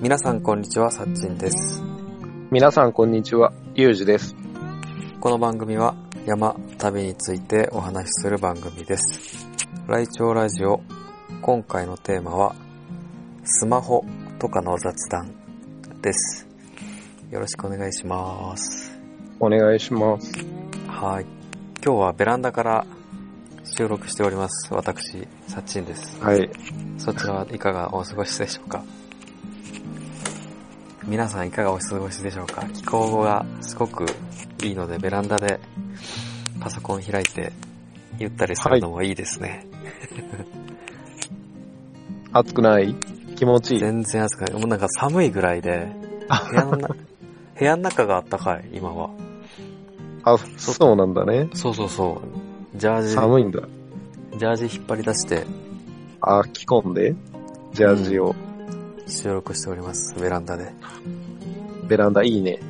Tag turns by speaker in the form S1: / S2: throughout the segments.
S1: 皆さんこんにちは、さっちんです。
S2: 皆さん、こんにちは。ゆうじです。
S1: この番組は山、旅についてお話しする番組です。来庁ラジオ、今回のテーマは、スマホとかの雑談です。よろしくお願いします。
S2: お願いします。
S1: はい。今日はベランダから収録しております。私、さっちんです。
S2: はい。
S1: そちらはいかがお過ごしでしょうか皆さんいかがお過ごしでしょうか気候がすごくいいので、ベランダでパソコン開いて、ゆったりするのもいいですね。
S2: 暑くない気持ちいい。
S1: 全然暑くない。もうなんか寒いぐらいで、部屋の な部屋の中が暖かい、今は。
S2: あ、そうなんだね。
S1: そうそうそう。ジャージ、
S2: 寒いんだ。
S1: ジャージ引っ張り出して
S2: あ、着込んで、ジャージを、
S1: 収録しております、ベランダで。
S2: ベランダいいね。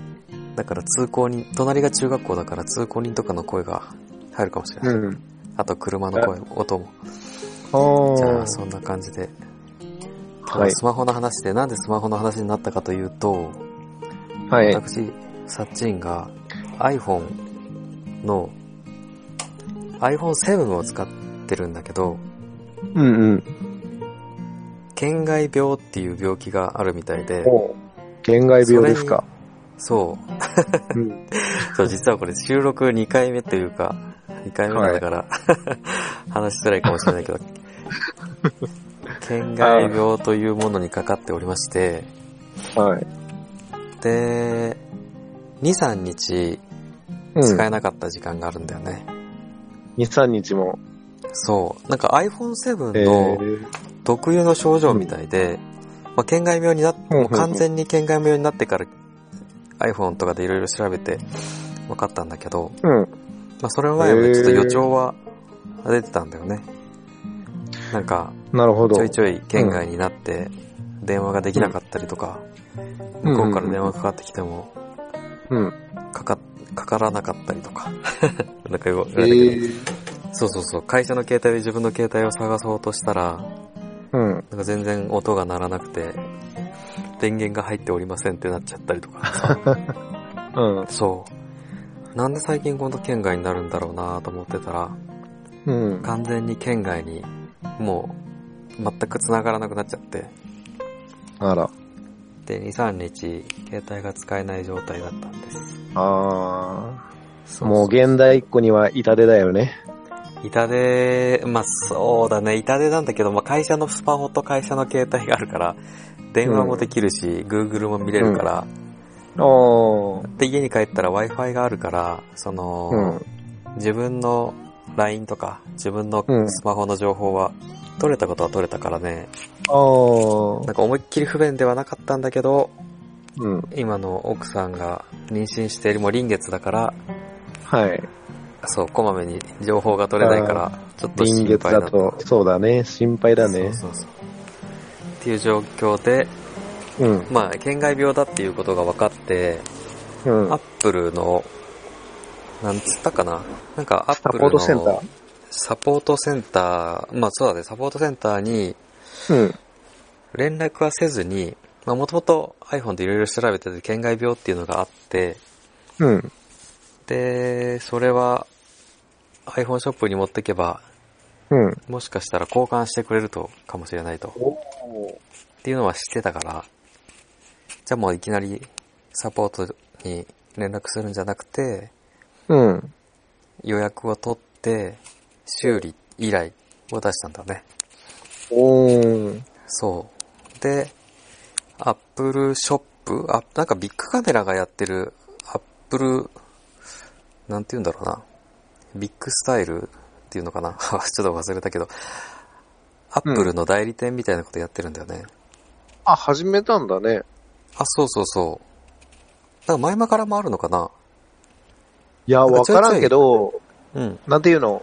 S1: だから通行人、隣が中学校だから通行人とかの声が入るかもしれない。
S2: ん。
S1: あと車の声、音も。
S2: あー
S1: じゃあ、そんな感じで。
S2: はい。
S1: スマホの話で、なんでスマホの話になったかというと、
S2: はい。
S1: 私、サッチンが iPhone の iPhone7 を使ってるんだけど、
S2: うんうん。
S1: 県外病っていう病気があるみたいで、
S2: おう県外病ですか。
S1: そう、
S2: うん。
S1: そう、実はこれ収録2回目というか、2回目なんだから、 話しづらいかもしれ ないけど、県外病というものにかかっておりまして、
S2: はい。
S1: で、2、3日
S2: うん。
S1: 使
S2: 2、
S1: えなかった時間があるんだよね。
S2: 3日も。
S1: そう。なんか iPhone7
S2: え
S1: の
S2: ー、
S1: 特有の症状みたいで、まあ、県外病になっ、
S2: うんうんうん
S1: 完全に県外病になってから iPhone とかでいろいろ調べて分かったんだけど、
S2: うん。
S1: まあ、それ前もちょっと予兆は出てたんだよね。なんか、
S2: なるほど。
S1: ちょいちょい県外になって電話ができなかったりとか、向こうから電話かかってきても
S2: うん。
S1: かか、かからなかったりとか。 なんかよく言
S2: え
S1: われたけど、
S2: ー、
S1: そうそうそう、会社の携帯で自分の携帯を探そうとしたら、
S2: うん。
S1: なんか全然音が鳴らなくて、電源が入っておりませんってなっちゃったりと かさ。
S2: うん。
S1: そう。なんで最近この県外になるんだろうなと思ってたら、
S2: うん。
S1: 完全に県外にもう全く繋がらなくなっちゃって、
S2: あら。
S1: で、2、3日携帯が使えない状態だったんです。
S2: あ
S1: そ
S2: ー。もう
S1: ゲ
S2: 現代っ子には痛手だよね。
S1: 痛手、まあそうだね、痛手なんだけど、まあ会社のスマホと会社の携帯があるから、電話もできるし、Google も見れるから、
S2: おー。
S1: で、家に帰ったら Wi-Fi があるから、その、
S2: うん。
S1: 自分の LINE とか、自分の
S2: うん
S1: スマホの情報は、取れたことは取れたからね、なん
S2: ああ。
S1: か思いっきり不便ではなかったんだけど、
S2: うん。
S1: 今の奥さんが妊娠しているもう臨月だから、
S2: はい。
S1: そう、こまめに情報が取れないから、ちょっと
S2: 臨
S1: 心
S2: 月
S1: 配な
S2: だと、そうだね。心配だね。
S1: そうそうそう。っていう状況で、
S2: うん。
S1: まあ、県外病だっていうことが分かって、
S2: うん
S1: アッ。プルの、なんつったかななんかア
S2: サ
S1: ップ
S2: ポー
S1: ル
S2: トセン
S1: の
S2: タ
S1: サポートセンター、まあそうだね、サポートセンターに
S2: ー。うん。
S1: 連絡はせずに、まあもともと iPhone でいろいろ調べてて、県外病っていうのがあって、
S2: うん。
S1: で、それは iPhone ショップに持ってけば、
S2: うん。
S1: もしかしたら交換してくれると、かもしれないと。
S2: お
S1: っていうのは知ってたから、じゃあもういきなりサポートに連絡するんじゃなくて、
S2: うん。
S1: 予約を取って、修理依頼を出したんだね。
S2: おー。
S1: そう。で、アップルショップあ、なんかビッグカメラがやってる、アップル、なんて言うんだろうな。ビッグスタイルっていうのかな ちょっと忘れたけど、アップルの代理店みたいなことやってるんだよね。
S2: あ、始めたんだね。
S1: あ、そうそうそう。なんか前々からもあるのかない
S2: や、
S1: なんか
S2: わ
S1: ちょいちょい
S2: からんけど、
S1: うん、
S2: なんていうの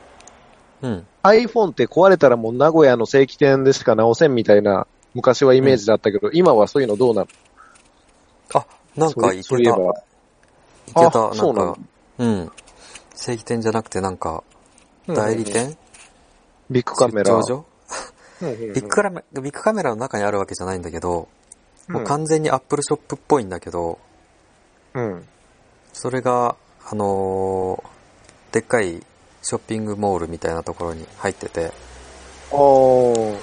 S1: うん。
S2: iPhone って壊れたらもう名古屋の正規店でしか直せんみたいな、昔はイメージだったけど、今はそういうのどうなの
S1: あ、なんか
S2: そういえ
S1: 行け
S2: ば。
S1: けた、
S2: あ
S1: な
S2: そ
S1: ん
S2: うな
S1: か
S2: の、
S1: うん。正規店じゃなくて、なんか、代理店、
S2: ビッグカメ
S1: 出
S2: ラ
S1: 張。所
S2: うんうんうん
S1: ビッグカメラ、ビッグカメラの中にあるわけじゃないんだけど、もう完全にアップルショップっぽいんだけど、
S2: うん。
S1: それが、あのーでっかいショッピングモールみたいなところに入ってて、
S2: おー。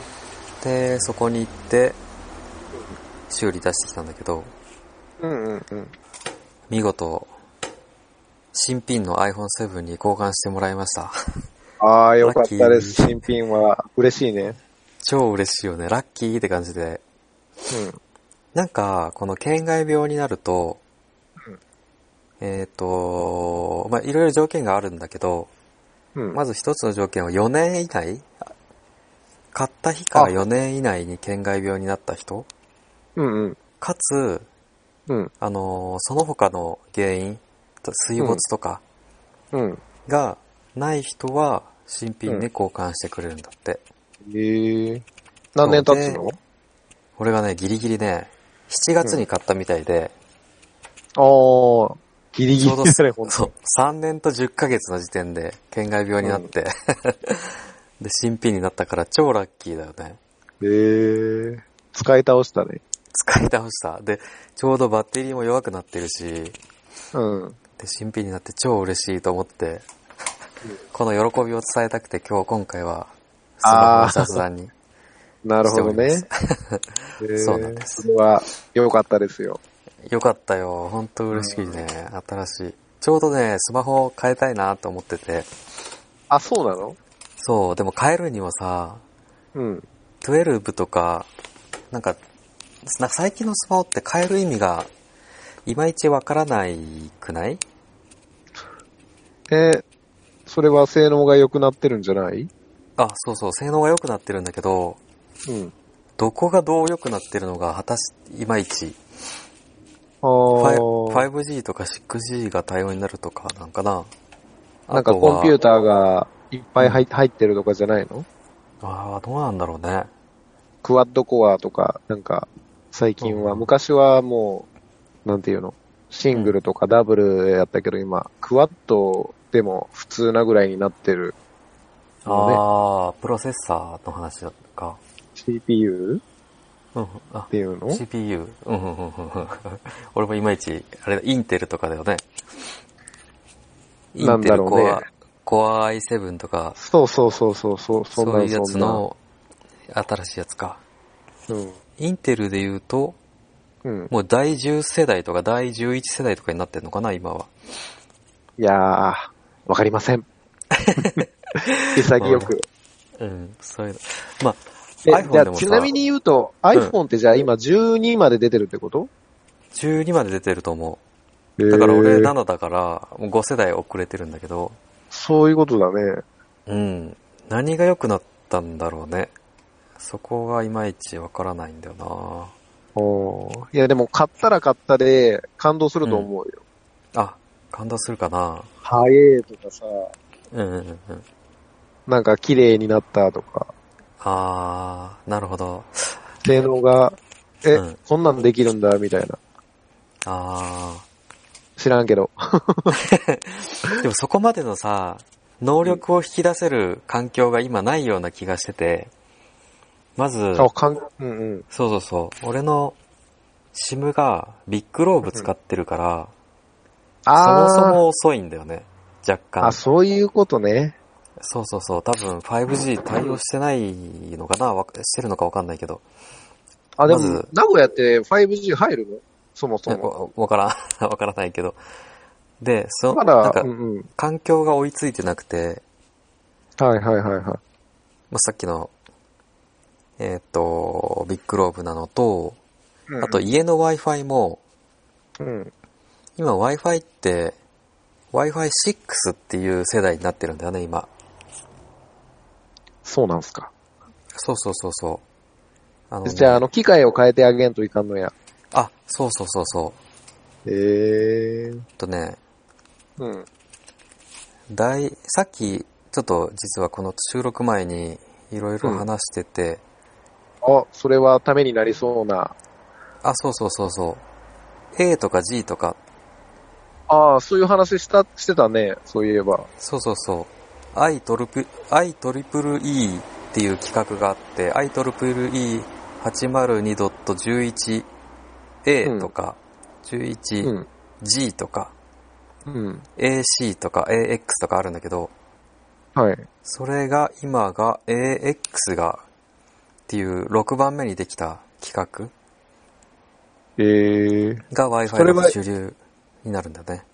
S1: で、そこに行って、修理出してきたんだけど、
S2: うんうんうん。
S1: 見事、新品の iPhone7 に交換してもらいました。
S2: ああ、よかったです。
S1: ラッ
S2: 新品は。嬉しいね。
S1: 超嬉しいよね。ラッキーって感じで。なんか、この県外病になると、
S2: うん
S1: えっ、と、まあ、いろいろ条件があるんだけど、
S2: うん。うん。
S1: まず一つの条件は4年以内買った日から
S2: あ
S1: 4年以内に県外病になった人
S2: うんうん。
S1: かつ、
S2: うん。
S1: あのーその他の原因、と水没とか
S2: うん。
S1: がない人は新品
S2: うん
S1: で交換してくれるんだって。
S2: ええ。何年経つの
S1: 俺がね、ギリギリね、7月に買ったみたいで、
S2: ああ、ギリギ
S1: ちょうど、
S2: リだね、ほんと。
S1: そう、3年と10ヶ月の時点で、県外病になって、 で、新品になったから超ラッキーだよね。
S2: ええ。使い倒したね。
S1: 使い倒した。で、ちょうどバッテリーも弱くなってるし、
S2: うん。
S1: で、新品になって超嬉しいと思って、この喜びを伝えたくて今日今回は、スマホを雑談に。
S2: なるほどね
S1: して。
S2: ええ
S1: そうなんです
S2: それは、良かったですよ。
S1: よかったよ。ほんと嬉しいね。新しい。ちょうどね、スマホを変えたいなと思ってて。
S2: あ、そうなの
S1: そう、でも変えるにはさ、
S2: うん。
S1: 12とか、なんか、なんか最近のスマホって変える意味が、いまいちわからないくない
S2: えーそれは性能が良くなってるんじゃない
S1: あ、そうそう、性能が良くなってるんだけど、
S2: うん。
S1: どこがどう良くなってるのが、果たし、いまいち。
S2: あ
S1: 5-
S2: あ。
S1: 5G とか 6G が対応になるとか、なんかな。
S2: なんか
S1: あとは
S2: コンピューターがいっぱい入っ入ってるとかじゃないの
S1: ああ、どうなんだろうね。
S2: クワッドコアとか、なんか、最近は、昔はもう、なんていうの、シングルとかダブルやったけど、今、クワッドでも普通なぐらいになってるのね。
S1: ああ、プロセッサーの話だったか。
S2: CPU
S1: うん、あ
S2: っ、ていうの
S1: CPU。うん、うん、うん、うん。 俺もいまいち、あれだ、インテルとかだよね。イ
S2: な
S1: ン
S2: ん
S1: テ
S2: だ
S1: ル
S2: ろう
S1: コア
S2: ね、
S1: コア i7 とか、
S2: そうそうそうそう、そうそ
S1: そ
S2: ん
S1: う
S2: ないん
S1: うやつ
S2: そんな。
S1: の新しいやつか。
S2: うん。
S1: インテルで言うと、
S2: うん。
S1: もう第10世代とか第11世代とかになってんのかな、今は。
S2: いやー、わかりませ ん。潔く。
S1: うん、そういうの。まあ、
S2: えじゃ
S1: iPhone で
S2: あ
S1: も
S2: ち
S1: さ、
S2: なみに言うと、iPhone ってじゃあ今12まで出てるってこと
S1: 12まで出てると思う。だから
S2: へ
S1: 俺
S2: ー
S1: 7だから、もう5世代遅れてるんだけど、
S2: そういうことだね。
S1: うん。何が良くなったんだろうね。そこがいまいちわからないんだよな
S2: おーいや、でも買ったら買ったで感動すると思うよ。
S1: あ、感動するかな
S2: 早えとかさ、
S1: うんうんうんうん。
S2: なんか綺麗になったとか、
S1: あー、なるほど。
S2: 性能が、え、
S1: うん
S2: こんなんできるんだ、みたいな。
S1: あ
S2: 知らんけど。
S1: ー。でもそこまでのさ、能力を引き出せる環境が今ないような気がしてて、まず、
S2: あ、かん、うんうん。
S1: そうそうそう。俺の SIM がビッグローブ使ってるから、
S2: あー
S1: そもそも遅いんだよね。若干
S2: あ、。そういうことね。
S1: そうそうそう。多分 5G 対応してないのかなわしてるのかわかんないけど。
S2: あ、で
S1: ま
S2: も
S1: ず、
S2: 名古屋って 5G 入るのそもそも。
S1: わわからん。 わからないけど。で、その、
S2: ま
S1: なん
S2: だ、う
S1: か、
S2: んうん。
S1: 環境が追いついてなくて、
S2: はいはいはいはい。
S1: まあ、さっきの、えーっ、と、ビッグローブなのと、
S2: うんうん
S1: あと、家の Wi-Fi も、
S2: うん。
S1: 今 Wi-Fi って、Wi-Fi6 っていう世代になってるんだよね、今。
S2: そうなんすか。
S1: そうそうそうそう。あのね
S2: じゃあ、あの、機械を変えてあげんといかんのや。
S1: あ、そうそうそうそう。
S2: ええー。
S1: とね、
S2: うん。
S1: 大、さっき、ちょっと実はこの収録前にいろいろ話してて、
S2: あ、それはためになりそうな。
S1: あ、そうそうそうそう。A とか G とか
S2: ああ、そういう話した、してたね、そういえば。
S1: そうそうそう。i トルプ、i トリプル e っていう企画があって、i トリプル e802.11a
S2: うん
S1: とか、
S2: うん。
S1: 11g とか、
S2: うん。
S1: ac とか ax とかあるんだけど、
S2: はい。
S1: それが今が ax がっていう6番目にできた企画
S2: えー、
S1: が
S2: それ
S1: Wi-Fi
S2: は
S1: の主流になるんだね。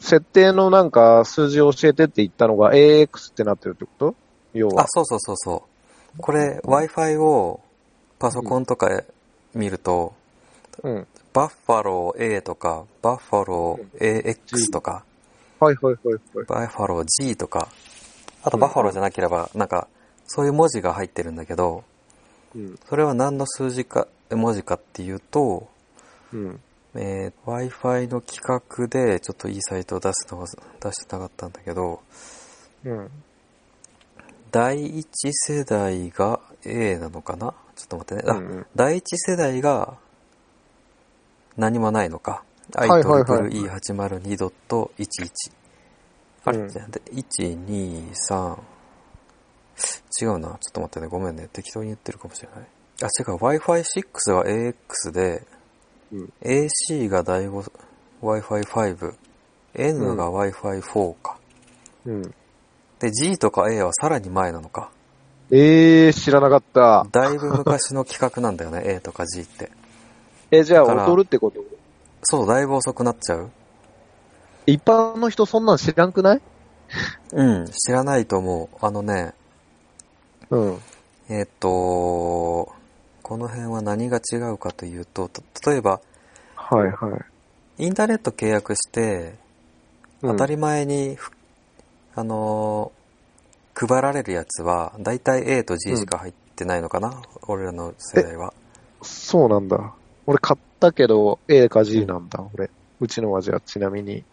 S2: 設定のなんか数字を教えてって言ったのが AX ってなってるってこと要
S1: あ
S2: は、。
S1: そうそうそうそう。これ Wi-Fi をパソコンとか見ると、
S2: うん。
S1: バッファロー A とか、バッファロー AX とか、
S2: はいはいはいはい。
S1: バッファロー G とか、あと
S2: うん
S1: バッファローじゃなければ、なんか、そういう文字が入ってるんだけど、
S2: うん。
S1: それは何の数字か、文字かっていうと、
S2: うん。
S1: えー Wi-Fi の企画で、ちょっといいサイトを出すのが、出してなかったんだけど、
S2: うん。
S1: 第一世代が A なのかなちょっと待ってね。あ、
S2: うんうん
S1: 第一世代が何もないのか。
S2: いはいはい
S1: IEEE802.11。あれ、
S2: うん
S1: じゃあで1、2、3。違うな。ちょっと待ってね。ごめんね。適当に言ってるかもしれない。あ、違う。Wi-Fi6 が AX で、
S2: うん
S1: AC が第5 Wi-Fi5、N が Wi-Fi4 か。
S2: うん。
S1: で、G とか A はさらに前なのか。
S2: えー、知らなかった。
S1: だいぶ昔の企画なんだよね、A とか G って。
S2: え、じゃ
S1: だ
S2: あ
S1: から
S2: 劣るってこと
S1: そう、だいぶ遅くなっちゃう
S2: 一般の人そんなん知らんくない
S1: うん、知らないと思う。あのね、
S2: うん。
S1: えーっと、この辺は何が違うかというと、と例えば、
S2: はいはい。
S1: インターネット契約して、当たり前にふ、あのー配られるやつは、だいたい A と G しか入ってないのかな、俺らの世代は。
S2: そうなんだ。俺買ったけど A か G なんだ、俺。うちのはじゃあちなみに。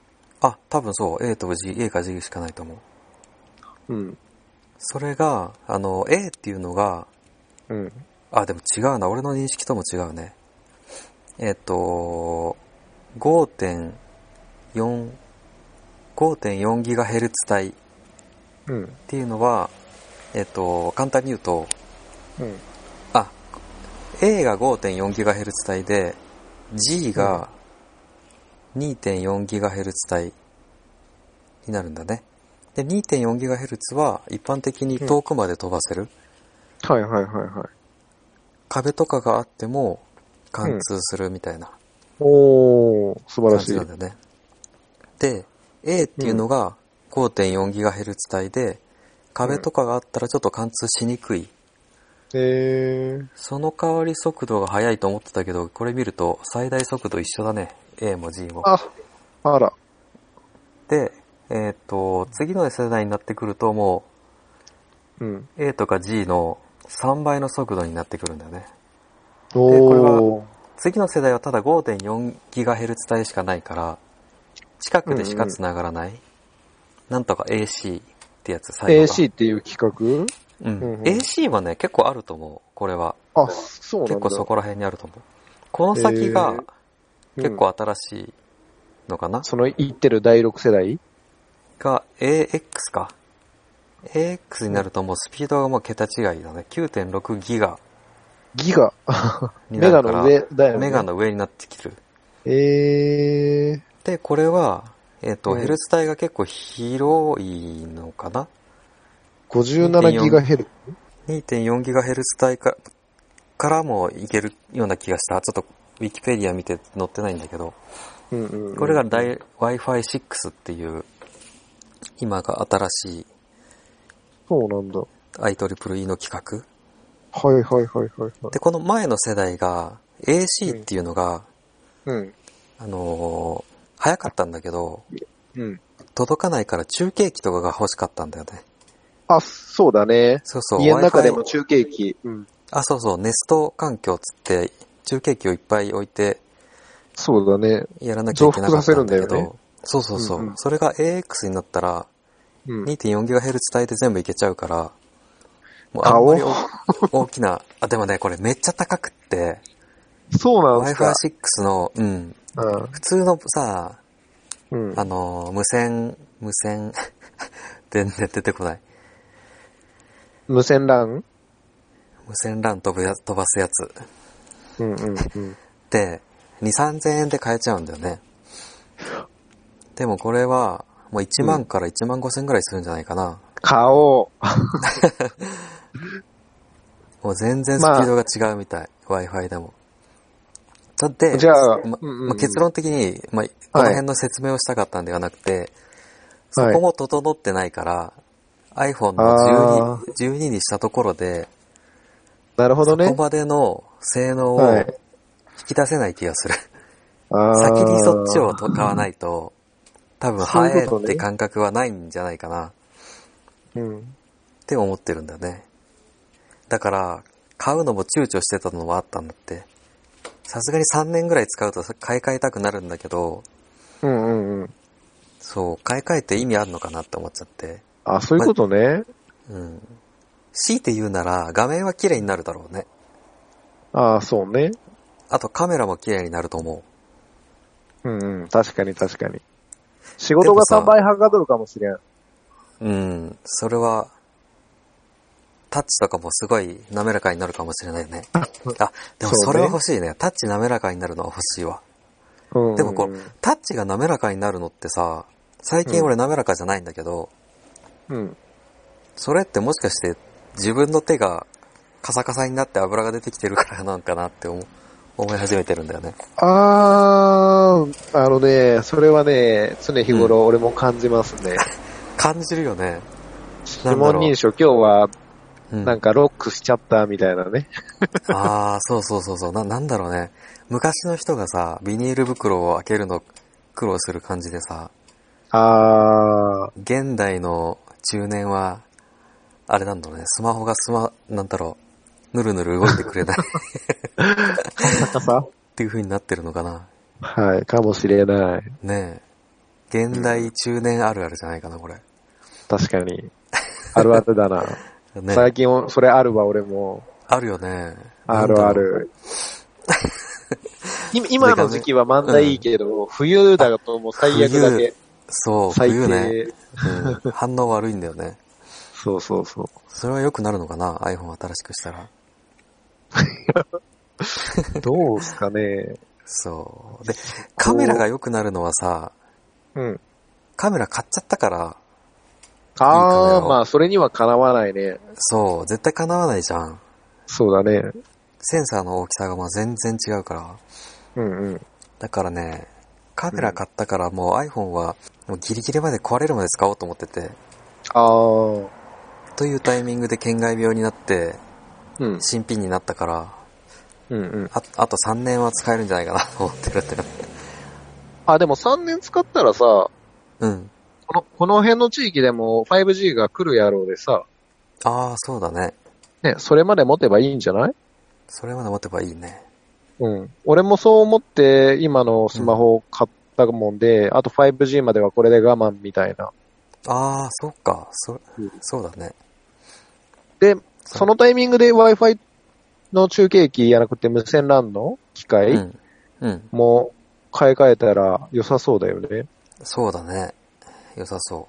S1: あ、多分そう、A と G、A か G しかないと思う。
S2: うん。
S1: それが、あの、A っていうのが、
S2: うん。
S1: あ、でも違うな。俺の認識とも違うね。えっと、5.4、5.4ギガヘルツ帯っ
S2: うん。
S1: ていうのは、えっと、簡単に言うと、
S2: うん。
S1: あ、A が5.4ギガヘルツ帯で、G が2.4ギガヘルツ帯になるんだね。で、2.4ギガヘルツは一般的に遠くまで飛ばせる。
S2: はいはいはいはい。
S1: 壁とかがあっても貫通するみたいな
S2: おー、素晴
S1: 感
S2: らし
S1: じ
S2: い。
S1: なんだよね。で、A っていうのが 5.4GHz 帯で、壁とかがあったらちょっと貫通しにくい。
S2: えー。
S1: その代わり速度が速いと思ってたけど、これ見ると最大速度一緒だね。A も G も。
S2: あ、あら。
S1: で、えっ、と、次の世代になってくるとも
S2: うん。
S1: う A とか G の3倍の速度になってくるんだよね。
S2: おー。
S1: 次の世代はただ 5.4GHz 帯しかないから、近くでしか繋がらない。なんとか AC ってやつ、最後が。
S2: AC っていう企
S1: うん。
S2: うんうん
S1: AC はね、結構あると思う。これは。
S2: 画あ、そうなんだ。
S1: 結構そこら辺にあると思う。この先が
S2: うん
S1: 結構新しいのかな、
S2: その言ってる第6世代
S1: が AX か。AX になるともうスピードがもう桁違いだね。9.6ギガ
S2: ギガ。
S1: に
S2: メ
S1: な
S2: ガ
S1: るか
S2: の
S1: ら、
S2: 上だよね。
S1: メガ。の上になってきてる。
S2: えー。
S1: で、これは、えっ、と、
S2: うん
S1: ヘルツ帯が結構広いのかな
S2: 57ギガヘル。
S1: 2.4GHz 帯かからもいけるような気がした。ちょっと、ウィキペディア見て載ってないんだけど、
S2: うんうんうん。
S1: これが大 Wi-Fi6 っていう、今が新しい
S2: そうなんだ。
S1: IEEE の企画。
S2: はいはいはいはいはい。
S1: で、この前の世代が AC っていうのが、
S2: うん。
S1: あのー早かったんだけど、
S2: うん。
S1: 届かないから中継機とかが欲しかったんだよね。
S2: あ、そうだね。
S1: そうそう。
S2: 家の中で
S1: Wi-Fi
S2: も中継機。うん。
S1: あ、そうそう、ネスト環境つって、中継機をいっぱい置いて
S2: そうだね。
S1: やらなきゃいけなかったんだけ
S2: 増幅させるんだよ
S1: ど、そうそうそう。
S2: うんうん
S1: それが AX になったら、
S2: うん。
S1: 2.4GHz 帯で全部いけちゃうから、もうあん
S2: 顔
S1: まりお大きな、あ、でもね、これめっちゃ高くって、
S2: そうなんですか。
S1: Wi-Fi6 の、うん、
S2: うん。
S1: 普通のさ、
S2: うん。
S1: あのー無線、無線、 全然出てこない。
S2: 無線 LAN?
S1: 無線 LAN 飛ぶや飛ばすやつ。
S2: うんうんうん。
S1: で、2、3000円で買えちゃうんだよね。でもこれは、もう1万から1万5千ぐらいするんじゃないかな。
S2: 買おう。
S1: もう全然スピードが違うみたい。Wi-Fi でも。だって、
S2: じゃあ
S1: ま
S2: うんうんうん
S1: まあ結論的に、まあ、この辺の説明をしたかったんではなくて、そ
S2: はい
S1: こも整ってないから、iPhone の
S2: あ
S1: 12, 12にしたところで、
S2: なるほど
S1: そ
S2: ね。
S1: こまでの性能を
S2: はい
S1: 引き出せない気がする。
S2: あー
S1: 先にそっちを買わないと、多分
S2: そうい
S1: 早
S2: う
S1: い
S2: ことね
S1: って感覚はないんじゃないかな
S2: うん。
S1: って思ってるんだよね。だから、買うのも躊躇してたのもあったんだって。さすがに3年ぐらい使うと買い替えたくなるんだけど、
S2: うんうんうん。
S1: そう、買い替えて意味あるのかなって思っちゃって。
S2: あ、そういうことね。
S1: うん。強いて言うなら、画面は綺麗になるだろうね。
S2: ああ、そうね。
S1: あとカメラも綺麗になると思う。
S2: うんうん。確かに確かに。仕事が
S1: でもさ
S2: 3倍はかどるかもしれん。
S1: うん、それは、タッチとかもすごい滑らかになるかもしれない ね。あ、でもそれは欲しいね。タッチ滑らかになるのは欲しいわ。
S2: うんうん
S1: でもこう、タッチが滑らかになるのってさ、最近俺滑らかじゃないんだけど、
S2: うん。
S1: それってもしかして自分の手がカサカサになって油が出てきてるからなんかなって思思い始めてるんだよね。
S2: あー、あのね、それはね、常日頃俺も感じますね。
S1: 感じるよね。
S2: 指紋認証今日は
S1: うん、
S2: なんかロックしちゃったみたいなね。
S1: ああ、そうそうそうそう。な、なんだろうね。昔の人がさ、ビニール袋を開けるの苦労する感じでさ、
S2: あ
S1: 現代の中年は、あれなんだろうね、スマホがスマ、なんだろう、ぬるぬる動いてくれない っ
S2: ー、高さ
S1: ていう風になってるのかな。
S2: はい、かもしれない。
S1: ねえ。現代中年あるあるじゃないかな、これ。
S2: 確か に。あるあるだな。
S1: ね
S2: 最近お、それあるわ、俺も。
S1: あるよね。
S2: あるある。今今の時期はまんだいいけど、冬だともう最悪だけ。
S1: そう、
S2: 最
S1: 冬
S2: 低。
S1: ね、うん。反応悪いんだよね。
S2: そうそうそう。
S1: それは良くなるのかな ?iPhone 新しくしたら。
S2: どうすかね。
S1: そう。で、カメラが良くなるのはさ、
S2: うん。
S1: カメラ買っちゃったから、い
S2: あ
S1: いか
S2: あ、
S1: な
S2: まあ、それにはかなわないね。
S1: そう、絶対叶わないじゃん。
S2: そうだね。
S1: センサーの大きさがもう全然違うから。
S2: うんうん。
S1: だからね、カメラ買ったからもう iPhone はもうギリギリまで壊れるまで使おうと思ってて、
S2: ああ。
S1: というタイミングで県外病になって、
S2: うん。
S1: 新品になったから、
S2: うんうん。
S1: ああと3年は使えるんじゃないかなと思ってるんだよね。
S2: あ、でも3年使ったらさ、こ
S1: うん。
S2: の、この辺の地域でも 5G が来るやろうでさ、
S1: ああ、そうだね。
S2: ね、それまで持てばいいんじゃない
S1: それまで持てばいいね。
S2: うん。俺もそう思って今のスマホを買ったもんで、あと 5G まではこれで我慢みたいな。
S1: ああ、そっか。そ
S2: うん、
S1: そうだね。
S2: で、そのタイミングで Wi-Fi の中継機じゃなくて無線 LAN の機械、
S1: うん。うん。
S2: もう買い替えたら良さそうだよね。
S1: そうだね。良さそ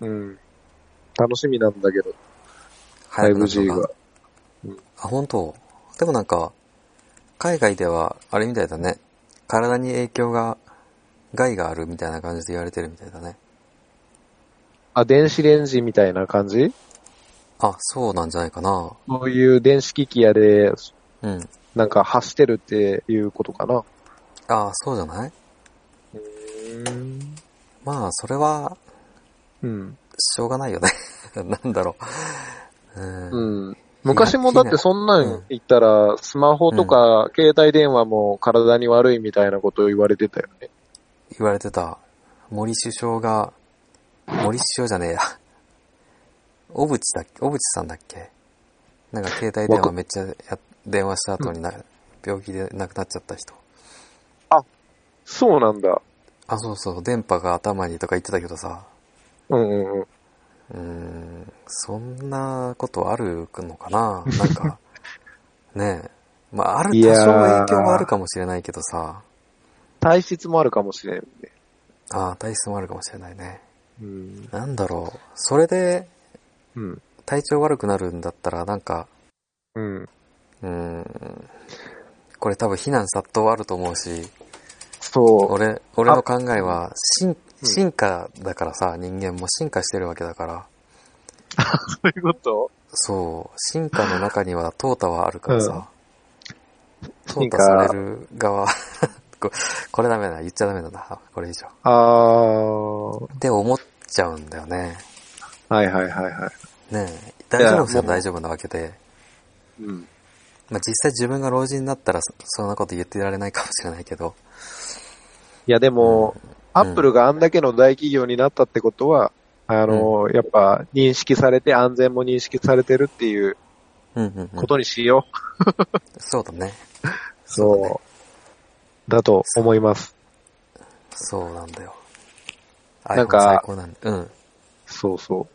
S1: う。
S2: うん。楽しみなんだけど、
S1: 早くなるの
S2: 5G
S1: が
S2: が。
S1: あ、本当でもなんか、海外では、あれみたいだね。体に影響が、害があるみたいな感じで言われてるみたいだね。
S2: あ、電子レンジみたいな感じ
S1: あ、そうなんじゃないかな。
S2: そういう電子機器やで、
S1: うん。
S2: なんか走ってるっていうことかな。
S1: あ、そうじゃない
S2: うん。
S1: まあ、それは、
S2: うん。
S1: しょうがないよね。 なんだろう。うん。
S2: うん。昔もだってそんな
S1: うんん
S2: 言ったら、スマホとか携帯電話も体に悪いみたいなことを言われてたよね。
S1: 言われてた。森首相が、森首相じゃねえや。小渕だっけ小渕さんだっけなんか携帯電
S2: わか
S1: 話めっちゃや電話した後にな、病気で亡くなっちゃった人。
S2: そうなんだ。
S1: あ、そうそう、電波が頭にとか言ってたけどさ、
S2: うんうんうん。
S1: うーん、そんなことあるのかななん か、ねえ。まあ、ある、
S2: いや
S1: 多
S2: ー
S1: 少影響もあるかもしれないけどさ、
S2: 体質もあるかもしれんね。
S1: ああ、体質もあるかもしれないね。
S2: うん。
S1: なんだろう。それで
S2: うん。
S1: 体調悪くなるんだったら、なんか、
S2: うん。
S1: うーん、これ多分非難殺到あると思うし、
S2: そう。
S1: 俺、俺の考えは、進、
S2: うん
S1: 進化だからさ、人間も進化してるわけだから、
S2: そういうこと
S1: そう、進化の中には淘汰はあるからさ、淘
S2: 進
S1: 汰
S2: 化
S1: される側、 ここれダメだ、言っちゃダメなんだ、これ以上。
S2: あー。
S1: って思っちゃうんだよね。
S2: はいはいはいは
S1: ねえ、大丈夫ですよ、
S2: いやもう
S1: 大丈夫なわけで。
S2: い。うん。
S1: まあ、実際自分が老人になったらそ、そんなこと言ってられないかもしれないけど、
S2: いやでも、アップルがあんだけの大企業になったってことは、あの、やっぱ認識されて安全も認識されてるっていう
S1: うんうん、う
S2: こ
S1: ん。
S2: とにしよう。
S1: そうだね。そうだね。
S2: そう。だと思います。
S1: そうなんだよ。
S2: な
S1: iPhone
S2: んか
S1: 最高なんだ。うん。
S2: そうそう。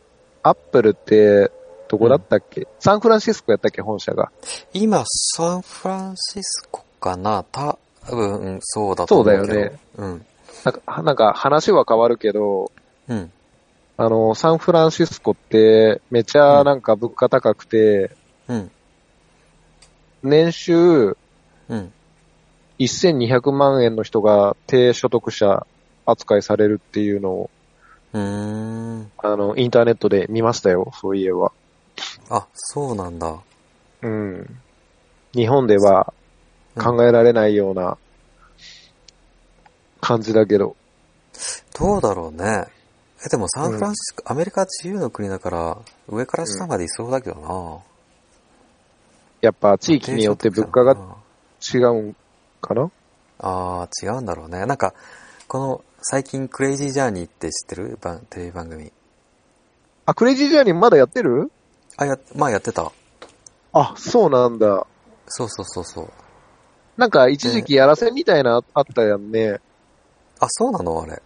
S2: アップルって、どこだったっけ、サンフランシスコやったっけ本社が。
S1: 今、サンフランシスコかな多分、うんそうだと思うけど。
S2: そうだよね。
S1: うん。
S2: なんか、なんか話は変わるけど、
S1: うん。
S2: あの、サンフランシスコって、めちゃなんか物価高くて、
S1: うん。
S2: 年収
S1: うん。
S2: 1200万円の人が低所得者扱いされるっていうのを、
S1: うーん。
S2: あの、インターネットで見ましたよ、そういえば。
S1: あ、そうなんだ。
S2: うん。日本では
S1: うん
S2: 考えられないような感じだけど。
S1: どうだろうね。え、でもサンフランシスコ、アメリカは自由の国だから、上から下までいそうだけどな。
S2: やっぱ地域によって物価が違うんかな
S1: ああ、違うんだろうね。なんか、この、最近クレイジージャーニーって知ってる番テレビ番組。
S2: あ、クレイジージャーニーまだやってる
S1: あ、や、まあやってた。
S2: あ、そうなんだ。
S1: そうそうそうそう。
S2: なんか一時期やらせみたいなあったやんね。
S1: あ、そうなのあれ。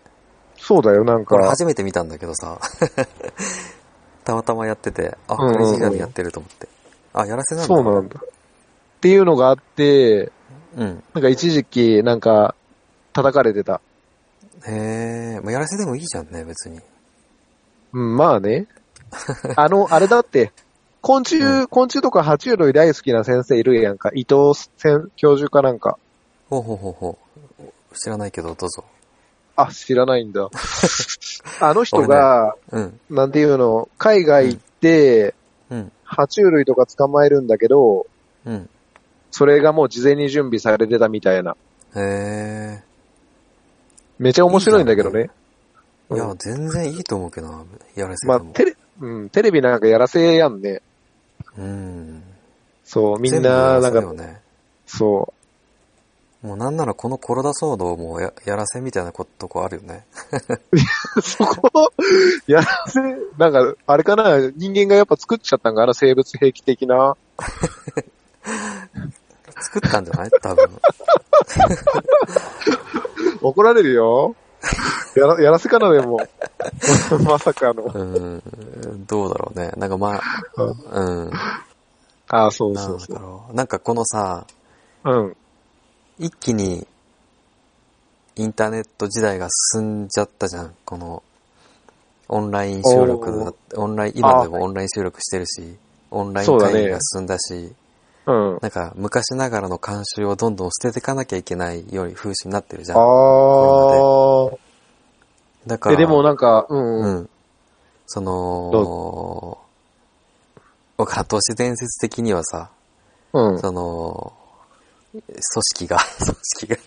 S2: そうだよ、なん
S1: これ
S2: か。
S1: 初めて見たんだけどさ。 たまたまやってて、あ、
S2: うんうんうん
S1: クレイジージャーニーやってると思って。あ、やらせなんだ。
S2: そうなんだ。っていうのがあって、
S1: うん。
S2: なんか一時期、なんか、叩かれてた。
S1: へえ、まあ、やらせでもいいじゃんね、別に。
S2: うん、ま あね。あの、あれだって、昆虫、
S1: う
S2: 昆虫とか爬虫類大好きな先生いるやんか。伊藤先教授かなんか。
S1: ほうほうほうほう。知らないけど、どうぞ。
S2: あ、知らないん だ。あの人が、
S1: うん。
S2: なんていうの、海外行って、
S1: うん。
S2: 爬虫類とか捕まえるんだけど、
S1: うん。
S2: それがもう事前に準備されてたみたいな。
S1: へ
S2: めちゃ面白いんだけどね。
S1: え。いや
S2: う、ん
S1: 全然いいと思うけどな、やらせ
S2: ま
S1: で
S2: あ、
S1: も。
S2: テレ、うん、テレビなんかやらせやんね。
S1: うん。
S2: そう、みん
S1: 全部
S2: な、
S1: や
S2: な
S1: ら
S2: ん
S1: せだ
S2: か、
S1: よね。
S2: そ
S1: もうなんならこのコロナ騒動もややらせみたいなことこあるよね。
S2: う。そこ、やらせ、なんか、あれかな、人間がやっぱ作っちゃったんかな、生物兵器的な。
S1: 作ったんじゃない多分。
S2: 怒られるよ。やら、やらせかな、でも。 まさかの。
S1: うん。どうだろうね。なんかまあ、うん。
S2: あそう
S1: な
S2: そうんそ
S1: だろう。なんかこのさ、
S2: う。うん。
S1: 一気にインターネット時代が進んじゃったじゃん。この、オンライン収録だオンライン、今でもオンライン収録してるし、オンライン会議が進んだし、
S2: うん。
S1: なんか昔ながらの慣習をどんどん捨てていかなきゃいけないように風習になってるじゃん。
S2: あ
S1: だか
S2: あ。え、
S1: ら、
S2: でもなんか、うん。
S1: う
S2: うん、
S1: ん。その、わからん都市伝説的にはさ、
S2: うん。
S1: その、組織が、 組織が、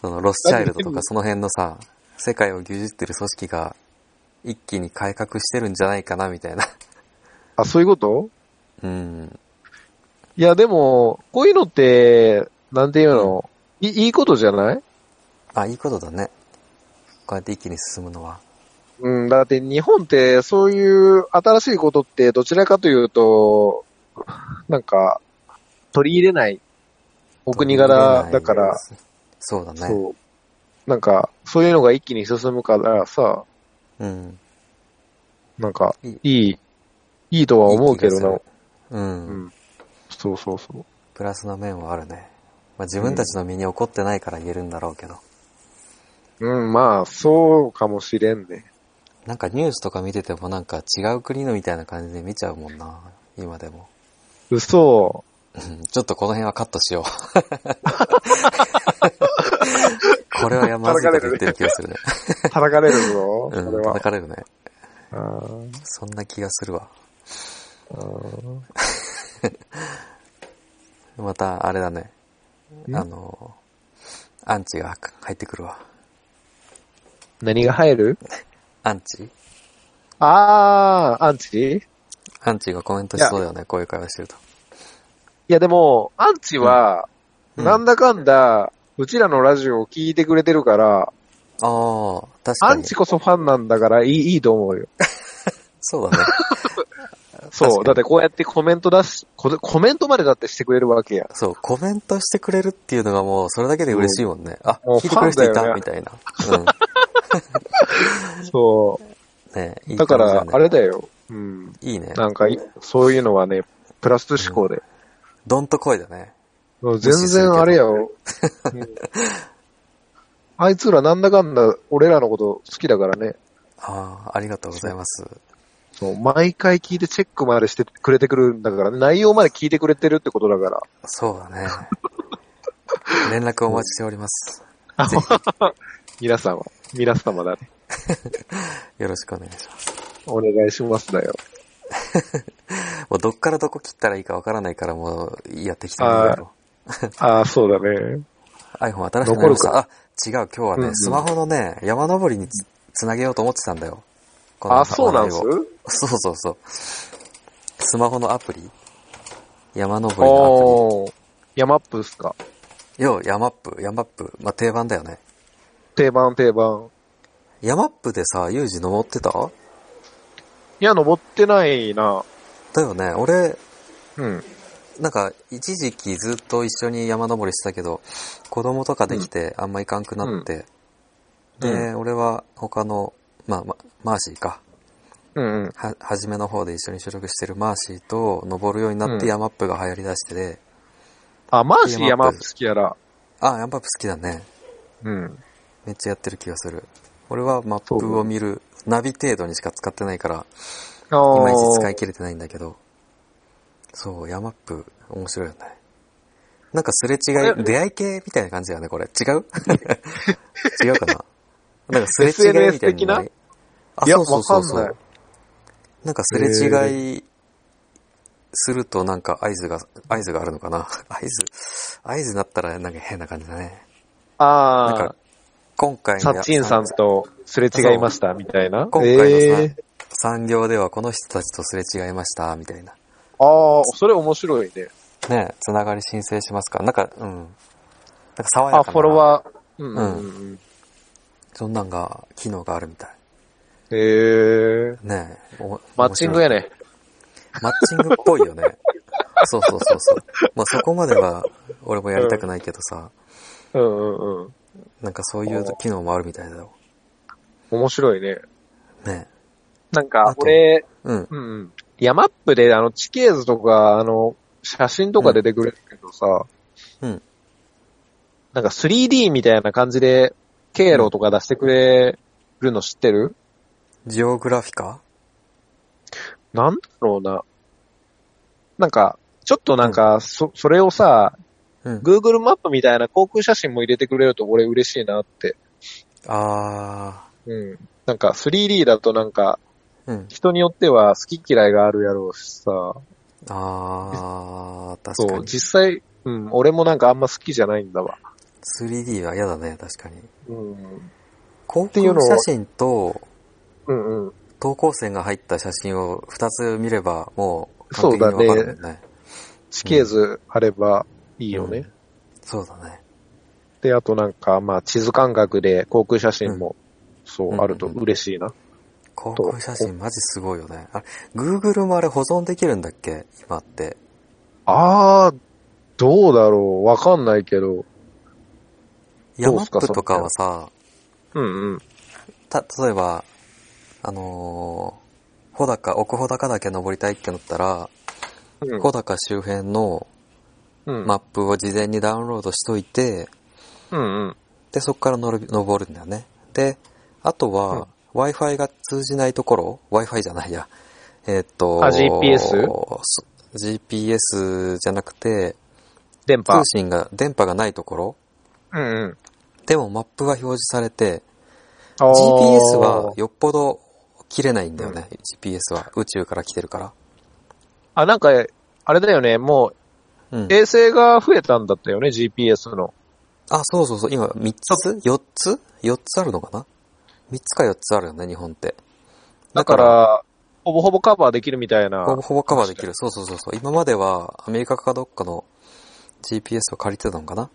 S1: そのロスチャイルドとかその辺のさ、世界を牛耳ってる組織が、一気に改革してるんじゃないかな、みたいな。
S2: あ、そういうこと
S1: うん。
S2: いや、でも、こういうのって、なんていうの、いいいことじゃない
S1: あ、いいことだね。こうやって一気に進むのは。
S2: うん、だって日本ってそういう新しいことってどちらかというと、なんか、取り入れないお国柄だから、。
S1: そうだね。
S2: そう。なんか、そういうのが一気に進むからさ、
S1: うん。
S2: なんか、
S1: い
S2: い
S1: い
S2: い、いいとは思うけど
S1: いい
S2: な
S1: 気が。するうん。
S2: うん。そうそうそう。
S1: プラスの面はあるね。まあ、自分たちの身に起こってないから言えるんだろうけど。
S2: うん、まあ、そうかもしれんね。
S1: なんかニュースとか見ててもなんか違う国のみたいな感じで見ちゃうもんな。今でも。
S2: 嘘。
S1: うん ちょっとこの辺はカットしよう。 これはやまずいこと言ってる気がする ね。
S2: 叩かれるぞ、
S1: う
S2: そ
S1: ん、
S2: れは
S1: 叩。かれるね。
S2: あー
S1: そんな気がするわ。
S2: あー
S1: また、あれだね。
S2: ん
S1: あの、アンチが入ってくるわ。
S2: 何が入る
S1: アンチ
S2: ああ、アンチい
S1: アンチがコメントしそうだよね、こういう会話してると。
S2: やでも、アンチは、
S1: うん
S2: なんだかんだ、うちらのラジオを聞いてくれてるから、
S1: ああ、確か
S2: ア
S1: に
S2: ン。チこそファンなんだからいい、いいと思うよ。
S1: そう だね。確か
S2: そう。
S1: に
S2: だってこうやってコメント出す、こコメントまでだってしてくれるわけや。
S1: そう、コメントしてくれるっていうのがもう、それだけで嬉しいもんね。あ、
S2: もう
S1: 聞いてくれる人い
S2: ファンだ
S1: た、
S2: よね
S1: みたいな。うん。
S2: そ。
S1: ねいうい
S2: だから、
S1: 感じね
S2: あれだよ。うん。
S1: いいね。
S2: なんかい、そういうのはね、プラス思考で。
S1: どんと来いだね。
S2: もう全然あれやよ。うんあいつらなんだかんだ俺らのこと好きだからね。
S1: ああ、ありがとうございます。
S2: そう、毎回聞いてチェックまでしてくれてくるんだからね。内容まで聞いてくれてるってことだから。
S1: そうだ ね。連絡お待ちしております。
S2: 皆さんは、皆様だね。
S1: よろしくお願いします。
S2: お願いしますだよ。
S1: もうどっからどこ切ったらいいかわからないからもうやってきたんだけど。
S2: ああ、そうだね。
S1: iPhone 新しくなりまし
S2: 残
S1: た。あ、違う、今日はね、
S2: うんうん
S1: スマホのね、山登りにつつなげようと思ってたんだよ。この
S2: あ、そうなんす
S1: 話題をそうそうそう。スマホのアプリ山登りのア
S2: おー。ヤマップっすか
S1: プリ。よう、ヤマップ、ヤマップ。まあ、定番だよね。
S2: 定番定番。
S1: ヤマップでさ、ユージ登ってた
S2: いや、登ってないな。
S1: だよね。俺、
S2: うん。
S1: なんか、一時期ずっと一緒に山登りしてたけど、子供とかできてあんま行かんくなって、
S2: うん
S1: で、俺は他の、まあ、まマーシーか。
S2: うんうん。
S1: は、はじめの方で一緒に収録してるマーシーと登るようになっ
S2: う
S1: て
S2: ん
S1: ヤマップが流行り出してで、
S2: あ、マーシーヤ
S1: ヤ
S2: マ
S1: マ
S2: ッ
S1: ッ
S2: プ
S1: プ
S2: 好きやら。
S1: あ、ヤマップ好きだね。
S2: うん。
S1: めっちゃやってる気がする。俺はマップを見る、ナビ程度にしか使ってないから、
S2: あ
S1: い
S2: ー
S1: まいち使い切れてないんだけど、そう、ヤマップ面白いよね。なんかすれ違
S2: え
S1: い、出会い系みたいな感じだよね、これ。違 う違うかななんかすれ違いみたい
S2: SNS 的な
S1: な。あ
S2: いや
S1: そうそうそうそ。
S2: わかんないう
S1: なんかすれ違いするとなんか合図が、合図があるのかな合図合図になったらなんか変な感じだね。なん
S2: あ
S1: か、今回
S2: あ、
S1: の
S2: サッチンさんとすれ違いました、みたいな。
S1: 今回のさ、
S2: えー
S1: 産業ではこの人たちとすれ違いました、みたいな。
S2: ああ、それ面白いね。
S1: ね、つながり申請しますかなんか、うん。なんか爽やかな。
S2: あ、フォロワー。うんう
S1: うんん
S2: うん。
S1: そんなんが、機能があるみたい。
S2: へえ。
S1: ねお
S2: マッチングや
S1: ね。
S2: ね。
S1: マッチングっぽい よね。そうそうそうそう。まあそこまでは、俺もやりたくないけどさ、
S2: うんうんうん。
S1: なんかそういう機能もあるみたいだよ。
S2: 面白いね。
S1: ね
S2: なんか
S1: あ、と
S2: 俺、
S1: うん。
S2: うんうん。ヤマップで、あの、地形図とか、あの、写真とか出てくれるけどさ、
S1: うん。
S2: なんか 3D みたいな感じで、経路とか出してくれるの知ってる
S1: ジオグラフィカ
S2: なんだろうな。なんか、ちょっとなんか、そ、それをさ、
S1: うん。
S2: Google マップみたいな航空写真も入れてくれると俺嬉しいなって。
S1: あ
S2: うん。なんか 3D だとなんか、
S1: ー。うん。
S2: 人によっては好き嫌いがあるやろうしさ、
S1: あー、確か
S2: そう、
S1: に。
S2: 実際、うん、俺もなんかあんま好きじゃないんだわ。
S1: 3D は嫌だね、確かに。
S2: うん。
S1: 航
S2: ていう
S1: 空
S2: のを
S1: 写真と、
S2: うんうん。
S1: 等高線が入った写真を2つ見れば、もう完璧にわかるもんね。
S2: 地形図あればいいよね。
S1: うんそうだね。
S2: で、あとなんか、まあ、地図感覚で航空写真も、そ
S1: う
S2: う、
S1: ん
S2: あると嬉しいな。
S1: 航空写真マジすごいよね。あれ、Google もあれ保存できるんだっけ今って。
S2: あー、どうだろうわかんないけど。
S1: ヤ
S2: どう
S1: マ
S2: すか
S1: ップとかはさ、
S2: うんうん。
S1: た、例えば、あのー、穂高、奥穂高岳登りたいってなったら、
S2: うん
S1: 穂高周辺の
S2: うん
S1: マップを事前にダウンロードしといて、
S2: うんうん。
S1: で、そこからのる登るんだよね。で、あとは、Wi-Fi が通じないところ、Wi-Fi じゃないや。えーっと、
S2: あ GPS？
S1: そ GPS じゃなくて、
S2: 電
S1: 通
S2: 波。
S1: 信が、電波がないところ、
S2: うんうん。
S1: でもマップが表示されて、
S2: あー
S1: GPS はよっぽど切れないんだよね、GPS は。宇宙から来てるから。
S2: あ、なんか、あれだよね、も
S1: うん
S2: う、。衛星が増えたんだったよね、GPS の。
S1: あ、そうそうそう、今3つ ?4 つ ?4 つあるのかな ?3 つか4つあるよね、日本って。
S2: だから、ほぼほぼカバーできるみたいな。
S1: ほぼほぼカバーできる。そうそうそうそう。今まではアメリカかどっかの GPS を借りてたのかな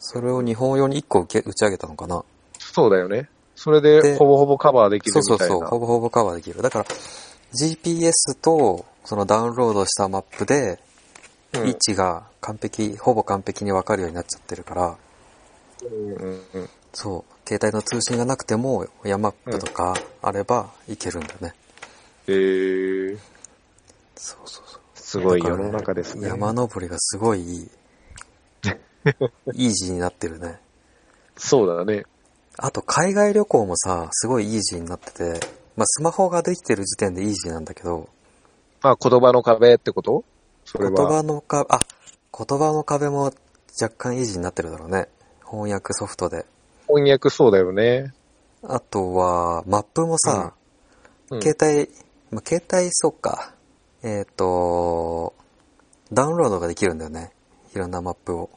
S1: それを日本用に1個受け打ち上げたのかな
S2: そうだよね。それ
S1: で
S2: で、ほぼほぼカバーできる
S1: そう
S2: みた
S1: そ
S2: いうな。
S1: そう。ほぼほぼカバーできる。だから、GPS とそのダウンロードしたマップで
S2: うん
S1: 位置が完璧、ほぼ完璧にわかるようになっちゃってるから、
S2: うんうんうん
S1: そう。携帯の通信がなくても、ヤマップとかあればいけるんだよね。
S2: えー、
S1: そうそうそう。
S2: すごい
S1: だか
S2: 世
S1: らね
S2: の中ですね。
S1: 山登りがすごいいい。 イージーになってるね。
S2: そうだね。
S1: あと海外旅行もさ、すごいイージーになってて、まあスマホができてる時点でイージーなんだけど、
S2: まあ、言葉の壁ってことそれ
S1: 言
S2: は。
S1: 葉の壁、あ、言葉の壁も若干イージーになってるだろうね。翻訳ソフトで。
S2: 翻訳そうだよね。
S1: あとは、マップもさ、
S2: うん
S1: 携帯、まあ携帯、そうか。えっ、と、ダウンロードができるんだよね。いろんなマップを。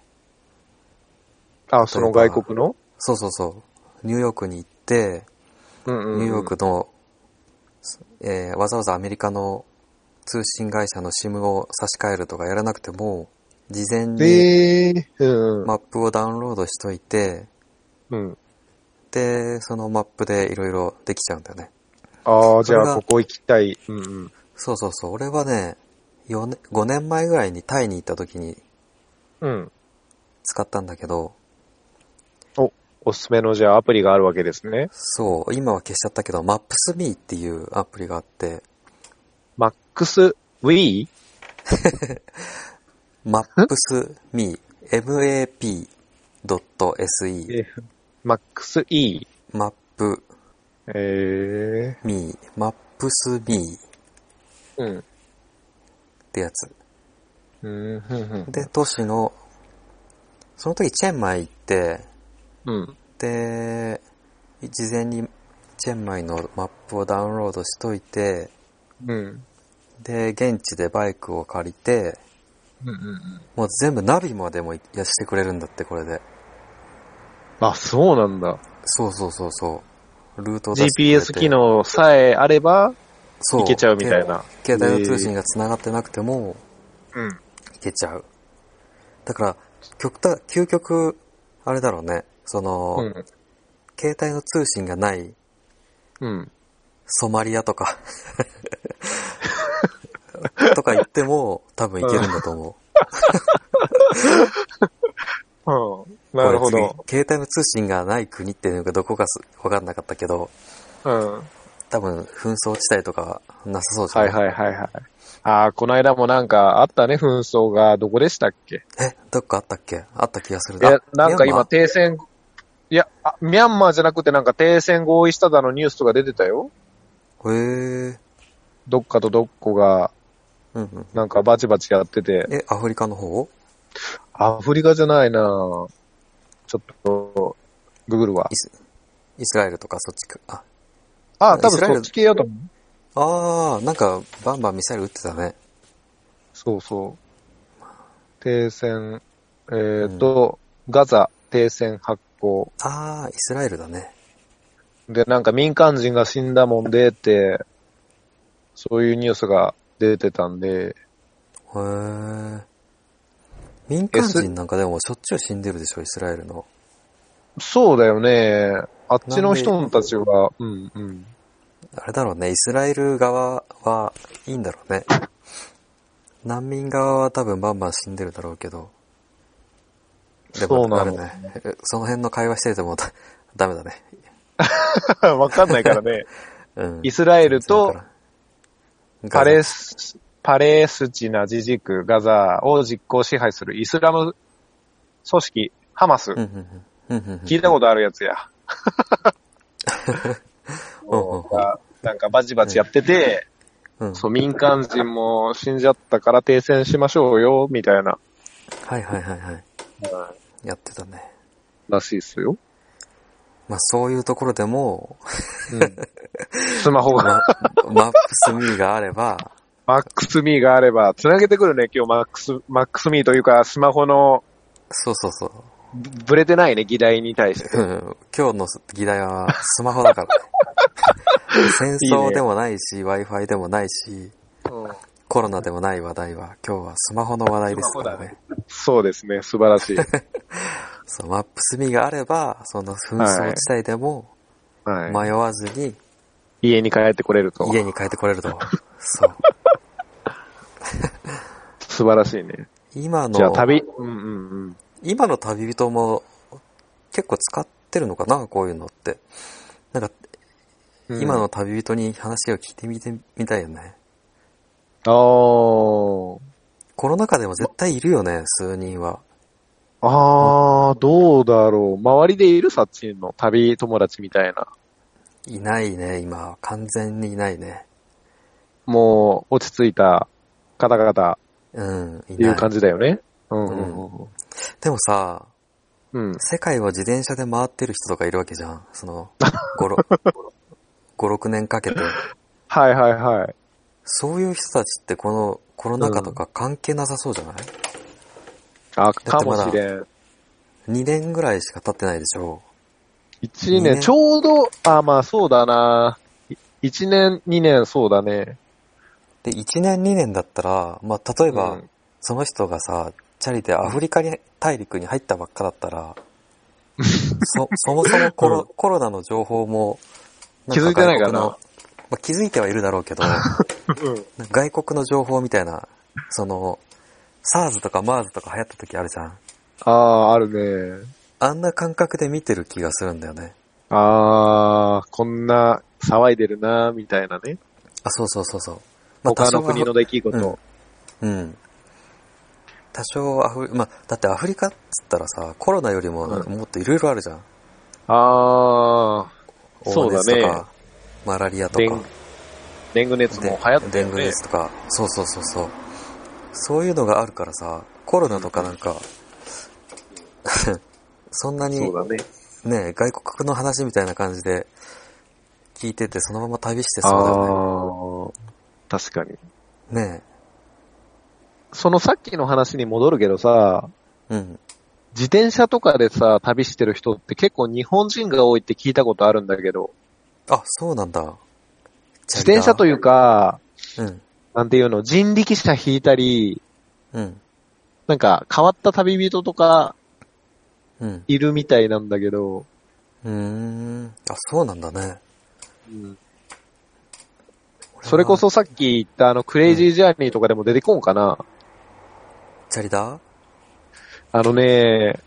S2: あ、その外国の
S1: そうそうそう。ニューヨークに行って、
S2: うんうんうん。
S1: ニューヨークの、えーわざわざアメリカの通信会社の SIM を差し替えるとかやらなくても、事前に
S2: えー、うんうん。
S1: マップをダウンロードしといて、
S2: うん。
S1: で、そのマップでいろいろできちゃうんだよね。
S2: ああ、じ
S1: それ
S2: ゃ
S1: が
S2: あ、ここ行きたい。うんうん。
S1: そうそうそう。俺はね、4年、5年前ぐらいにタイに行った時に
S2: うん。
S1: 使ったんだけど、
S2: おすすめの、じゃあ、アプリがあるわけですね。
S1: そう、今は消しちゃったけど、Maps.me っていうアプリがあって、
S2: MAX Wii?
S1: Maps.me、map.se、
S2: MAX E?
S1: Map
S2: え
S1: ミー、マップスミーっ
S2: ー。うん。
S1: てやつ。
S2: うん、ふんふん。
S1: で、都市の、その時チェンマイ行って、
S2: うん。
S1: で、事前にチェンマイのマップをダウンロードしといて、
S2: うん。
S1: で、現地でバイクを借りて、
S2: うんうんうん。
S1: もう全部ナビまでもいやしてくれるんだって、これで。
S2: あ、そうなんだ。
S1: そうそうそうそう。ルートを出してくれて
S2: GPS 機能さえあれば、
S1: そう
S2: 行けちゃうみたい。な。
S1: け携帯の通信が繋がってなくても、
S2: うん。
S1: いけちゃう。だから、極端、究極、あれだろうね。その、
S2: うん。
S1: 携帯の通信がない
S2: うん。
S1: ソマリアと かとか言っても多分いけるんだと思う。
S2: うん。なるほ
S1: こ
S2: ど。
S1: れ次携帯の通信がない国っていうのがどこかすわかんなかったけど、
S2: うん。
S1: 多分紛争地帯とかなさそうじゃ
S2: はい
S1: ない、
S2: はいはいはい。ああ、この間もなんかあったね、紛争が。どこでしたっけ
S1: え、どっかあったっけあった気がする。
S2: え
S1: あ、
S2: なんか
S1: ミャンマ
S2: 今
S1: ー
S2: 停戦、いや、あミャンマーじゃなくてなんか停戦合意しただのニュースとか出てたよ。
S1: へえ。
S2: どっかとどっこが、
S1: うんうん。
S2: なんかバチバチやってて。
S1: え、アフリカの方
S2: アフリカじゃないなぁちょっと、ググるわ
S1: イ。ス、イスラエルとかそっちか。あ、
S2: あ、多
S1: イスラエル
S2: 分そっち系やと思う。
S1: あー、なんかバンバンミサイル撃ってたね。
S2: そうそう。停戦、えっ、ー、と、ガザ停戦発行。
S1: あー、イスラエルだね。
S2: で、なんか民間人が死んだもんでって、そういうニュースが出てたん
S1: へ
S2: で、
S1: ー民間人なんかでもしょっちゅう死んでるでしょ、イスラエルの。
S2: そうだよね。あっちの人たちは、うんうん。
S1: あれだろうね、イスラエル側はいいんだろうね。難民側は多分バンバン死んでるだろうけど。で
S2: そう
S1: も、あれ
S2: なの。
S1: ね、えその辺の会話しててもだダメだね。
S2: わかんないからね。
S1: うん。
S2: イスラエルとパレ
S1: ス。
S2: ス、パレスチナ自治区ガザを実効支配するイスラム組織ハマス
S1: うんうんうん
S2: 聞いたことあるやつや。
S1: うんうんうん
S2: がなんかバチバチやってて、
S1: とうん。
S2: そう、民間人も死んじゃったから停戦しましょうよ、みたいな、
S1: はいはいはいはい。やってたね。
S2: らしいっすよ。
S1: まあそういうところでも、
S2: スマホが、
S1: マ マップスミーがあれば、
S2: マックスミーがあれば、繋げてくるね、今日マックス、マックスミーというか、スマホの、
S1: そうそうそう。
S2: ぶぶれてないね、議題に対して。
S1: うん 今日の議題はスマホだ からね。戦争でもないし、Wi-Fi でもないし、コロナでもない話題は、今日はスマホの話題ですからね。
S2: そうですね、素晴らしい。
S1: そう、マップスミがあれば、その紛争地帯でも
S2: は
S1: 迷わずに
S2: い。家に帰ってこれると。
S1: 家に帰ってこれると。そう。
S2: 素晴らしいね。
S1: 今
S2: じゃあ
S1: の、
S2: 旅、うんうんうん。
S1: 今の旅人も結構使ってるのかな、こういうのって。なんか、
S2: うん
S1: 今の旅人に話を聞いてみてみたいよね。
S2: あー。
S1: コロナ禍でも絶対いるよね、数人は。
S2: あー、どうだろう。周りでいるサッチンの旅友達みたいな。
S1: いないね、今は。完全にいないね。
S2: もう、落ち着いた方々
S1: うん、い
S2: ってい
S1: な
S2: う
S1: い。
S2: 感じだよね。うんうんうん
S1: でもさ、
S2: うん。うん。
S1: 世界を自転車で回ってる人とかいるわけじゃん。そ の、5、5 6年かけて。
S2: はいはいはい。
S1: そういう人たちってこのコロナ禍とか関係なさそうじゃない、
S2: あ、
S1: だって
S2: か
S1: ま
S2: も
S1: だ
S2: しれん。
S1: ?2 年ぐらいしか経ってないでしょ
S2: 一
S1: 二
S2: 年、
S1: 年
S2: ちょうど、あ、まあそうだな。い一年、二年、そうだね。
S1: で、1年2年だったら、まあ、例えば、
S2: うん
S1: その人がさ、チャリでアフリカに大陸に入ったばっかだった ら、そ、そもそもコロ,、
S2: うん
S1: コロナの情報も、
S2: 気づいてない
S1: 外
S2: かな
S1: 国のまあ、気づいてはいるだろ うけど、
S2: うん。
S1: 外国の情報みたいな、その、SARS とか MERS とか流行った時あるじゃん。
S2: あー、あるね。
S1: あんな感覚で見てる気がするんだよね。
S2: あー、こんな騒いでるな、みたいなね。
S1: あ、そうそうそうそう。
S2: 他の国の出来
S1: う
S2: 事
S1: ん。うん。多少アフリ、まあ、だってアフリカっつったらさ、コロナよりも
S2: う
S1: もっといろいろあるじゃん。
S2: あそうだね
S1: 黄熱とか、マラリア
S2: ー、
S1: と
S2: デ
S1: か
S2: ン、デング熱
S1: で
S2: も流行った
S1: デ
S2: よ
S1: ング
S2: ね
S1: 熱。とか、そうそうそうそう。そういうのがあるからさ、コロナとかなんか、 そんなに
S2: そうだね。
S1: ね、外国の話みたいな感じで聞いてて、そのまま旅して
S2: あ
S1: そうだよ
S2: ー確かに。
S1: ね。ね
S2: そのさっきの話に戻るけどさ、
S1: え。うん。
S2: 自転車とかでさ、旅してる人って結構日本人が多いって聞いたことあるんだけど、
S1: あ、そうなんだ。
S2: 自転車と
S1: い
S2: いうか、
S1: う。うん。
S2: なんていうの、人力車引いたり、
S1: うん。
S2: なんか変わった旅人とか
S1: うん。
S2: いるみたいなんだけど、
S1: うーん。あ、そうなんだね。
S2: それこ、そさっき言ったあのクレイジージャーニーとかでも出てこんかな、
S1: チャリだ
S2: あのね、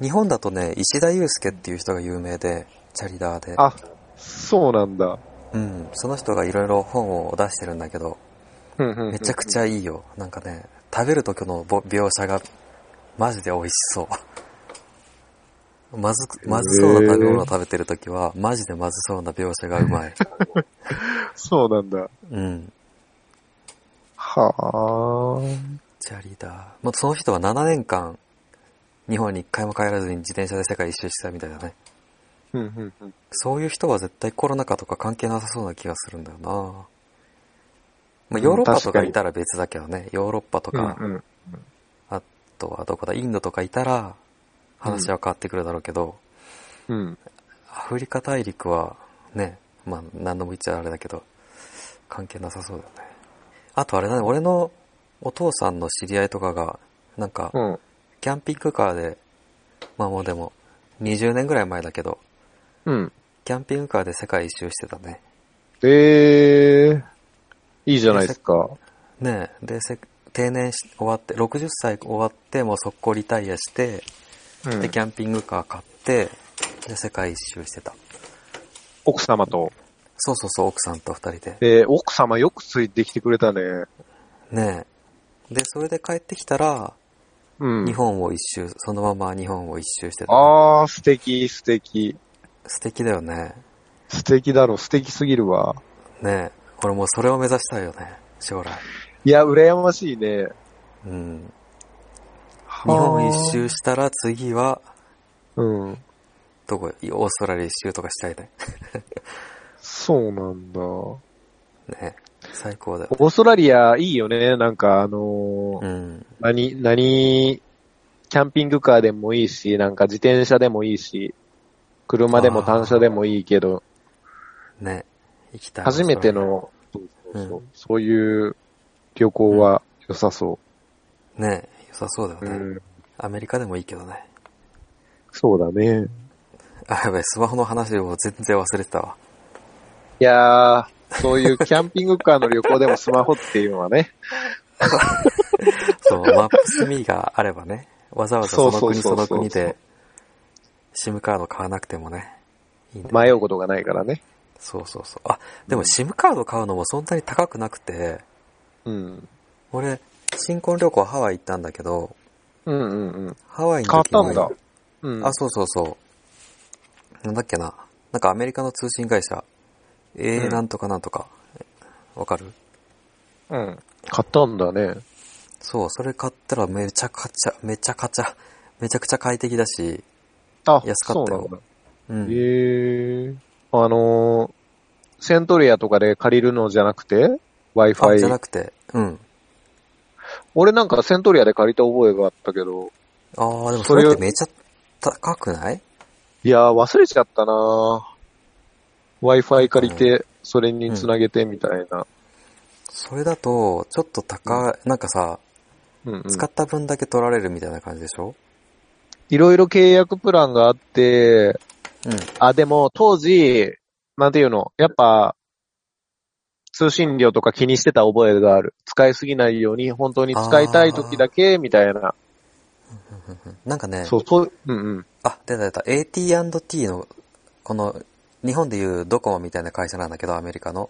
S1: 日本だとね、石田祐介っていう人が有名で、チャリダーで。
S2: あ、そうなんだ。
S1: うん。その人がいろいろ本を出してるんだけど、め
S2: め
S1: ちゃくち
S2: ゃ。
S1: ゃいいよ。なんかね、食べる時のぼ描写が、マジで美味しそう。まずく、まずそうな食べ物を食べてる時は、マジでまずそうな描写がう まい。
S2: そうなんだ。
S1: うん。
S2: はあ。
S1: チャリだ。まあ、その人は7年間、日本に一回も帰らずに自転車で世界一周したみたいだね。
S2: うんうんうん
S1: そういう人は絶対コロナ禍とか関係なさそうな気がするんだよな。まあ、ヨーロッパとかいたら別だけどね。ヨーロッパと
S2: う
S1: か、
S2: んうん。
S1: あとはどこだ、インドとかいたら、話は変わってくるだろうけど、
S2: うん。
S1: アフリカ大陸は、ね、まあ、何度も言っちゃあれだけど、関係なさそうだよね。あとあれだね、俺のお父さんの知り合いとかが、なんか、
S2: うん。
S1: キャンピングカーで、まあもうでも、20年ぐらい前だけど、
S2: うん。
S1: キャンピングカーで世界一周してたね。
S2: ええいいじゃないですか。
S1: ねえ、で、せ定年し終わって、60歳終わって、もう速攻リタイアして、
S2: うん
S1: で、キャンピングカー買って、で、世界一周してた。
S2: 奥様と。
S1: そうそうそう、奥さんと二人で。
S2: えー、奥様よくついてきてくれたね。
S1: ねえ。で、それで帰ってきたら、
S2: うん。
S1: 日本を一周、そのまま日本を一周してた。
S2: あー、素敵、素敵。
S1: 素敵だよね。
S2: 素敵だろ、素敵すぎるわ。
S1: ねえ。俺もうそれを目指したいよね。将来。
S2: いや、羨ましいね。
S1: うん。日
S2: 日
S1: 本一。周したら次は、
S2: うん。
S1: どこ、オーストラリア一周とかしたいね。
S2: そうなんだ。オ
S1: ねえ。最高だよ。
S2: ーストラリアいいよね。なんか、あのー
S1: うん。
S2: 何、何、キャンピングカーでもいいし、なんか自転車でもいいし、車でも単車でもいいけど、
S1: ねえ。行きたい。
S2: 初めて。の、そうそうそうそういう旅行は良さそ
S1: ねえ。良さそうだよ
S2: う。
S1: ね。アメリカでもいいけどね。
S2: そうだね。
S1: あ、やばい、スマホの話を全然忘れてたわ。
S2: いやー、そういうキャンピングカーの旅行でもスマホっていうのはね、
S1: そう、マップスミーがあればね、わざわざその国
S2: そ
S1: そう
S2: そうそうそう
S1: の国で、SIM カード買わなくてもね、いいんだよ。
S2: 迷うことがないからね。
S1: そうそうそう。あ、でも
S2: うん
S1: SIM カード買うのもそんなに高くなくて、
S2: うん。
S1: 俺、新婚旅行ハワイ行ったんだけど、
S2: うんうんうん。
S1: ハワイの
S2: 買っ
S1: 時に
S2: たんだ。うん。
S1: あ、そうそうそう。なんだっけな。なんかアメリカの通信会社、え
S2: う
S1: ー、
S2: ん
S1: なんとかなんとか。わかる
S2: うん。買ったんだね。
S1: そう、それ買ったらめちゃくちゃ、めちゃくちゃ、めちゃくちゃ快適だし、
S2: あ、
S1: 安かったよ
S2: そうなんだ。
S1: うん。
S2: へえ。あのー、セントレアとかで借りるのじゃなくて
S1: あ、じゃな
S2: ?Wi-Fi。
S1: くて、うん。
S2: 俺なんかセントレアで借りた覚えがあったけど、
S1: ああ、でも
S2: そ
S1: そ
S2: れ
S1: れっ
S2: を
S1: てめちゃ高くない
S2: いやー忘れちゃったなー Wi-Fi 借りて、それにつなげてみたいな。
S1: それだと、ちょっと高い、なんかさ、
S2: うんうん。
S1: 使った分だけ取られるみたいな感じでしょ
S2: いろいろ契約プランがあって、
S1: うん。
S2: あ、でも当時、なんていうの、やっぱ、通信料とか気にしてた覚えがある。使いすぎないように、本当に使いたい時だけ、みたいな。
S1: なんかね、
S2: そう、そう、うんうん。
S1: あ、出た出た、AT&T の、この、日本でいうドコモみたいな会社なんだけど、アメリカの。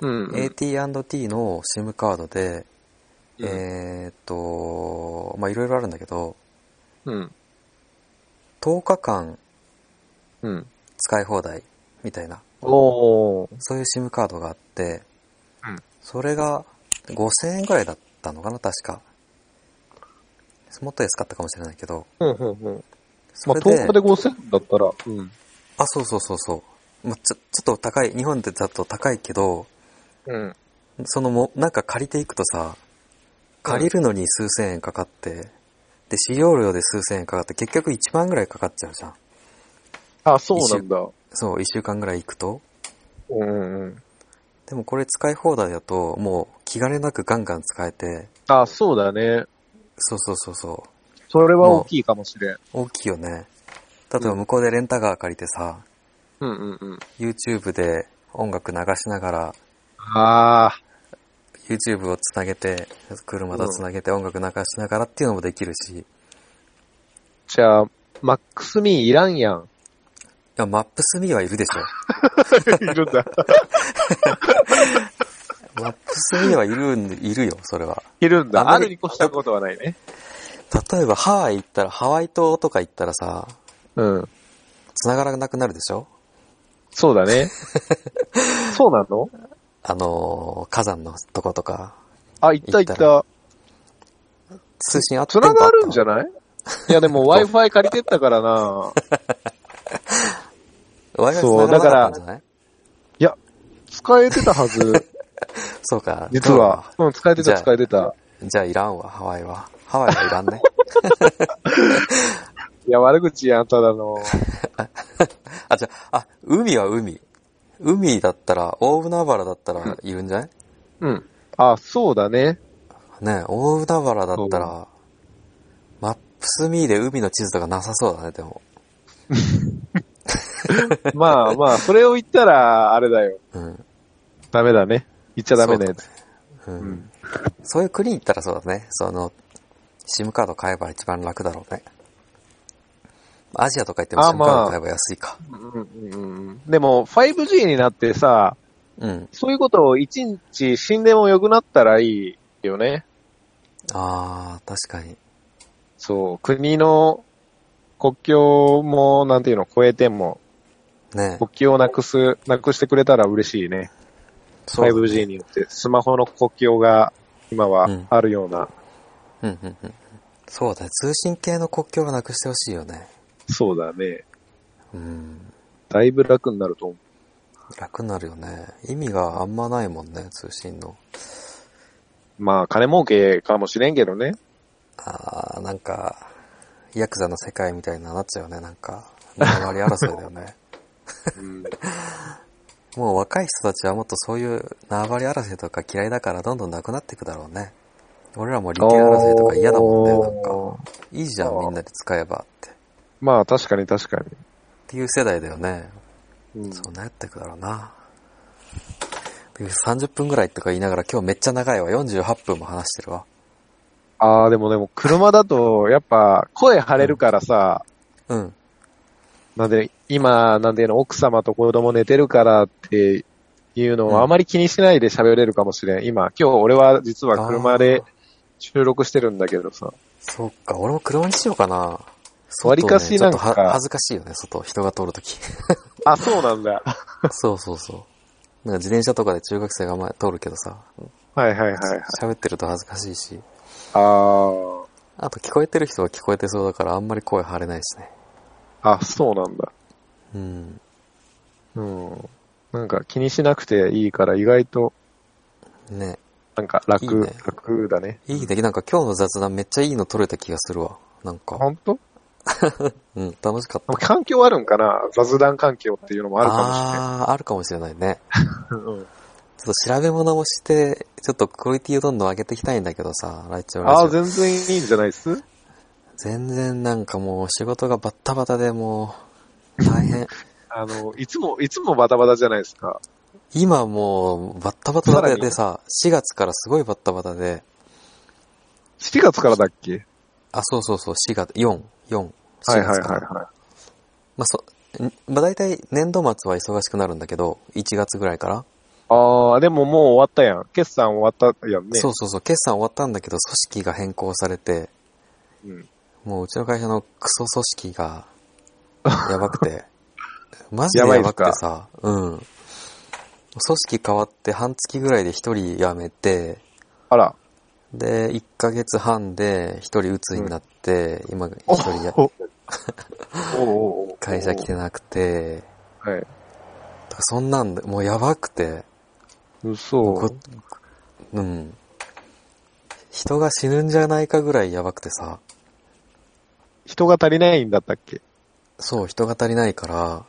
S2: うん、うん。
S1: AT&T の SIM カードで、
S2: うん
S1: えーっと、まあ、いろいろあるんだけど、
S2: うん。
S1: 10日間
S2: うん。
S1: 使い放題みたいな、
S2: おー。
S1: そういう SIM カードがあって、
S2: うん
S1: それが5000円ぐらいだったのかな、確か。もっと安かったかもしれないけど、
S2: うんうんうん。
S1: そ
S2: ま
S1: れ
S2: あ、10
S1: で、
S2: 日で5000だったら、うん。
S1: あ、そうそうそうそう。まあ、ちょ、ちょっと高い、日本でだと高いけど、
S2: うん。
S1: そのも、なんか借りていくとさ、借りるのに数千円かかって、で、使用料で数千円かかって、結局1万ぐらいかかっちゃうじゃん。
S2: あ、そうなんだ。
S1: そう、1週間ぐらい行くと。
S2: うんうんうん。
S1: でもこれ使い放題だと、もう気兼ねなくガンガン使えて、
S2: あ、そうだね。
S1: そうそうそうそう。
S2: それは大きいかもしれん。
S1: 大きいよね。例えば向こうでレンタカー借りてさ、
S2: うんうんうん。
S1: YouTube で音楽流しながら、
S2: あ
S1: YouTube をつなげて、車とつなげて音楽流しながらっていうのもできるし、い
S2: ー、じゃあ、マックスミーいらんやん。
S1: や、マップスミーはいるでしょ。
S2: いるんだ。
S1: マップスミーはいるん、いるよ、それは。
S2: いるんだ。
S1: あ
S2: あ
S1: んま
S2: る
S1: り
S2: に越したことはないね。
S1: 例えばハワイ行ったら、ハワイ島とか行ったらさ、
S2: うん。
S1: 繋がらなくなるでしょ
S2: そうだ ね。そうなの
S1: あのー火山のとことか、
S2: あ、行った行
S1: 行
S2: っ。
S1: った通信あって
S2: 繋がるんじゃ
S1: ゃ
S2: ないいやで も Wi-Fi 借りてったからな。そう
S1: ?Wi-Fi 繋がらなかったんじゃない
S2: いや、使えてたはず。
S1: そうか。
S2: 実は。うん、使えて
S1: じ
S2: た
S1: ゃあ
S2: 使えてた。
S1: そうか。じゃあいらんわ、ハワイは。ハワイはいらんね。
S2: いや、悪口やん、ただの。
S1: あ、じゃあ、あ、海は海。海だったら、大海原だったらいるんじゃない、
S2: うん。あ、そうだ ね。
S1: ねえ大海原だったら、マップスミーで海の地図とかなさそうだね、でも。
S2: まあまあ、それを言ったら、あれだよ。
S1: うん。
S2: ダメだね。言っちゃダメなやつ。
S1: うん。
S2: うん
S1: そういう国行ったらそうだね。その、SIM カード買えば一番楽だろうね。アジアとか行っても
S2: あ
S1: SIM カー
S2: まあ
S1: ド買えば安いか。
S2: うんうんうんでも、5G になってさ、
S1: うん。
S2: そういうことを1日死んでも良くなったらいいよね。
S1: ああ、確かに。
S2: そう、国の国境も、なんていうの、越えても、
S1: ね
S2: 国境をなくす、なくしてくれたら嬉しいね。
S1: そう
S2: 5G によって、スマホの国境が今は
S1: うん
S2: あるような、
S1: うんうんうん。そうだね。通信系の国境はなくしてほしいよね。
S2: そうだね。
S1: うん。
S2: だいぶ楽になると思う。
S1: 楽になるよね。意味があんまないもんね、通信の。
S2: まあ、金儲けかもしれんけどね。
S1: あー、なんか、ヤクザの世界みたいになっちゃうね、なんか。縄張り争いだよ ね。
S2: うん、
S1: もう若い人たちはもっとそういう縄張り争いとか嫌いだからどんどんなくなっていくだろうね。俺らも利権争いとか嫌だもんね、なんか。
S2: か。
S1: いいじゃん、みんなで使えばって。っ
S2: まあ、確かに確か
S1: ていう世代だよね。
S2: に。うん、
S1: そうなっていくだろうな。で30分ぐらいとか言いながら今日めっちゃ長いわ。48分も話してるわ。
S2: ああ、でもでも、車だと、やっぱ、声張れるからさ、
S1: うん。
S2: なんで、今、なんでいうの、奥様と子供寝てるからっていうの
S1: うん
S2: をあまり気にしないで喋れるかもしれん。今、今日俺は実は車で収録してるんだけどさ。
S1: そうか、俺も車にしようかな。
S2: わりかし
S1: 外ね
S2: なんか
S1: ちょっとは恥ずかしいよね、外。人が通るとき。
S2: あ、そうなんだ。
S1: そうそうそう。なんか自転車とかで中学生が前通るけどさ、
S2: はいはいはいはい。
S1: 喋ってると恥ずかしいし。
S2: あ
S1: あと聞こえてる人は聞こえてそうだからあんまり声張れないしね。
S2: あ、あ、そうなんだ。
S1: うん。
S2: うん。なんか気にしなくていいから意外と、
S1: ね。
S2: なんか楽、
S1: いいね
S2: 楽だね。
S1: いい出来、なんか今日の雑談めっちゃいいの撮れた気がするわ。なんか、
S2: 本当
S1: うん、楽しかった。
S2: 環境あるんかな雑談環境っていうのもあるか
S1: あーあるかもしれないね。
S2: もしれない。うん
S1: ちょっと調べ物もして、ちょっとクオリティをどんどん上げていきたいんだけどさ、ライチョウラ
S2: ああ、
S1: ジオ
S2: 全然いいんじゃないっす
S1: 全然なんかもう仕事がバッタバタでもう、大変。
S2: あの、いつも、いつもバタバタじゃないですか。
S1: 今もうバッタバタ
S2: さら
S1: で
S2: に
S1: でさ、4月からすごいバッタバタで、
S2: 7月からだっけ
S1: あ、そうそうそう、4月、4、4、4月か
S2: はい
S1: ら。
S2: はいはいは
S1: まあそ、んまあ大体年度末は忙しくなるんだけど、1月ぐらいから。
S2: い。ああ、でももう終わったやん。決算終わったやんね。
S1: そうそうそう、決算終わったんだけど、組織が変更されて、
S2: うん。
S1: もううちの会社のクソ組織が、やばく て。マジ
S2: や
S1: で
S2: ば
S1: や
S2: いっす
S1: ばく
S2: か
S1: てさ、うん。組織変わって半月ぐらいで一人辞めて、
S2: あら。
S1: で、1ヶ月半で一人鬱になって、今一人や
S2: おおおお
S1: 会社来てなくて、
S2: はい。
S1: とかそんなんで、もうやばくて、
S2: 嘘
S1: こ。うん。人が死ぬんじゃないかぐらいやばくてさ、
S2: 人が足りないんだったっけ
S1: そう、人が足りないから、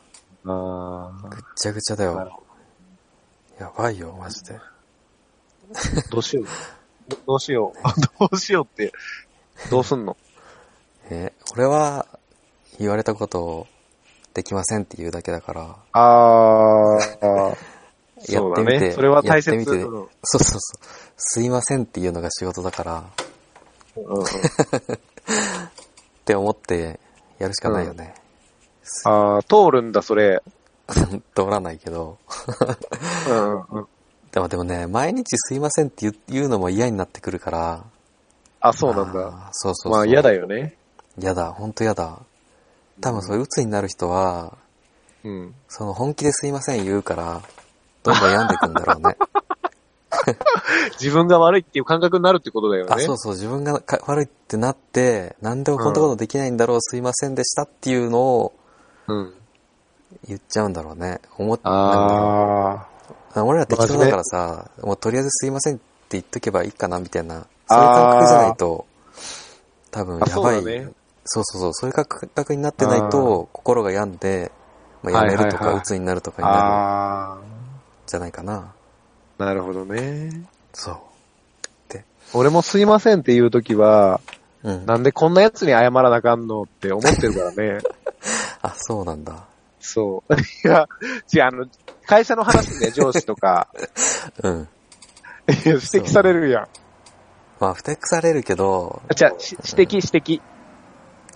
S2: あ
S1: ぐっちゃぐちゃだ
S2: あ。なる
S1: よ。
S2: ほ
S1: やばいよ、マジで。
S2: ど。どうしよう。どどうしよ う。どうしようって。どうすんの
S1: え、俺は、言われたことを、できませんって言うだけだから、
S2: ああ。そうだ
S1: やってみ
S2: ね。
S1: て
S2: それは大切。
S1: やってみて
S2: うん
S1: そうそうそう、すいませんっていうのが仕事だから、っ
S2: うんうん
S1: て思って、やるしかないよね。
S2: ああ、通るんだ、それ。
S1: 通らないけど。
S2: うんうんうん。
S1: でもでもね、毎日すいませんって言う言うのも嫌になってくるから。
S2: あ、そうなんだ。
S1: あー。そうそうそう。
S2: まあ嫌だよね。
S1: 嫌だ、ほんと嫌だ。多分そういう鬱になる人は、
S2: うん。
S1: その本気ですいません言うから、どんどん病んでいくんだろうね。
S2: 自分が悪いっていう感覚になるってことだよね。
S1: あ、そうそう、自分がか悪いってなって、なんでもこんなことできないんだろう、すいませんでしたっていうのを
S2: うん。
S1: 言っちゃうんだろうね。思っなんか
S2: あ
S1: 俺ら適当だからさ、もうとりあえずすいませんって言っとけばいいかな、みたいな。そういう感覚じゃないと、多分や
S2: あ
S1: ばい。
S2: そうだね
S1: そうそうそう、そういう感覚になってないと、心が病んで、まあ、
S2: はい
S1: や
S2: はい
S1: め
S2: はい
S1: るとか、鬱になるとか
S2: あ。
S1: になるん
S2: ああ。
S1: じゃないかな。
S2: なるほどね。
S1: そう。って。
S2: 俺もすいませんっていうときは、
S1: うん。
S2: なんでこんなやつに謝らなあかんのって思ってるから ね。
S1: あ、そうなんだ。
S2: そう。いや、違う、あの、会社の話 ね、上司とか、
S1: うん。
S2: いや指摘されるやん。
S1: まあ、不適されるけど、
S2: じゃあ、し指摘、指摘。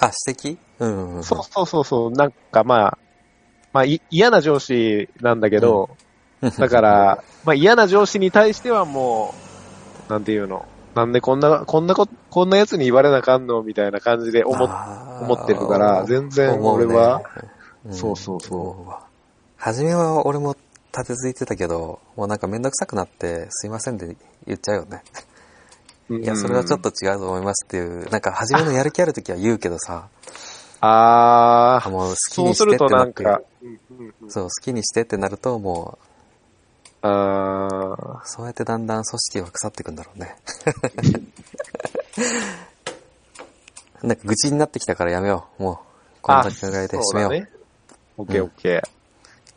S1: あ、指摘うんうんうん。
S2: そうそうそうそう、なんかまあ、まあ、い嫌な上司なんだけど、
S1: うん
S2: だから、まあ嫌な上司に対してはもう、なんていうの、なんでこんな、こんなこ、こんなやつに言われなあかんのみたいな感じで思っ思
S1: 思
S2: ってるから全然俺はそうそうそう
S1: 初めは俺も立て続いてたけど、もうなんかめんどくさくなって、すいませんで言っちゃうよね。いや、それはちょっ。
S2: うん
S1: と違うと思いますっていう、なんか初めのやる気あるときは言うけどさ、
S2: あ
S1: あ
S2: あ、
S1: もう好き
S2: そう
S1: に
S2: す
S1: して
S2: る
S1: って
S2: と
S1: な
S2: な
S1: っ
S2: ん
S1: て、
S2: か、うんうんうん
S1: そう、好きにしてってなるともう、
S2: ああ、
S1: そうやってだんだん組織は腐っていくんだろう ね。なんか愚痴になってきたからやめよう。もう、こんなぐらいで締めよう。
S2: あそうだねオッケーオッケー。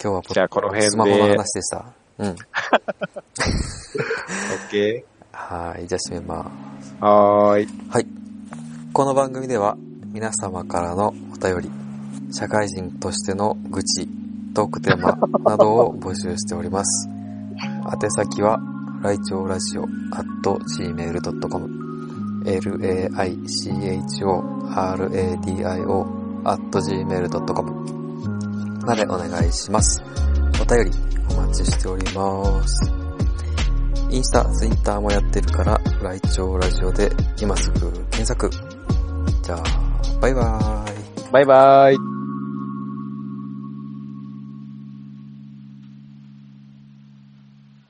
S1: 今日はポッ
S2: じゃあこの辺で
S1: スマホの話でした。うん。
S2: オッケ
S1: はい、じゃあ締めます。
S2: ー。はーい。
S1: はい。この番組では皆様からのお便り、社会人としての愚痴、トークテーマなどを募集しております。宛先は、来庁ラジオ at gmail.com、laichoradio at gmail.com までお願いします。お便りお待ちしております。インスタ、ツイッターもやってるから、来庁ラジオで今すぐ検索。じゃあ、バイバーイ。
S2: バイバーイ。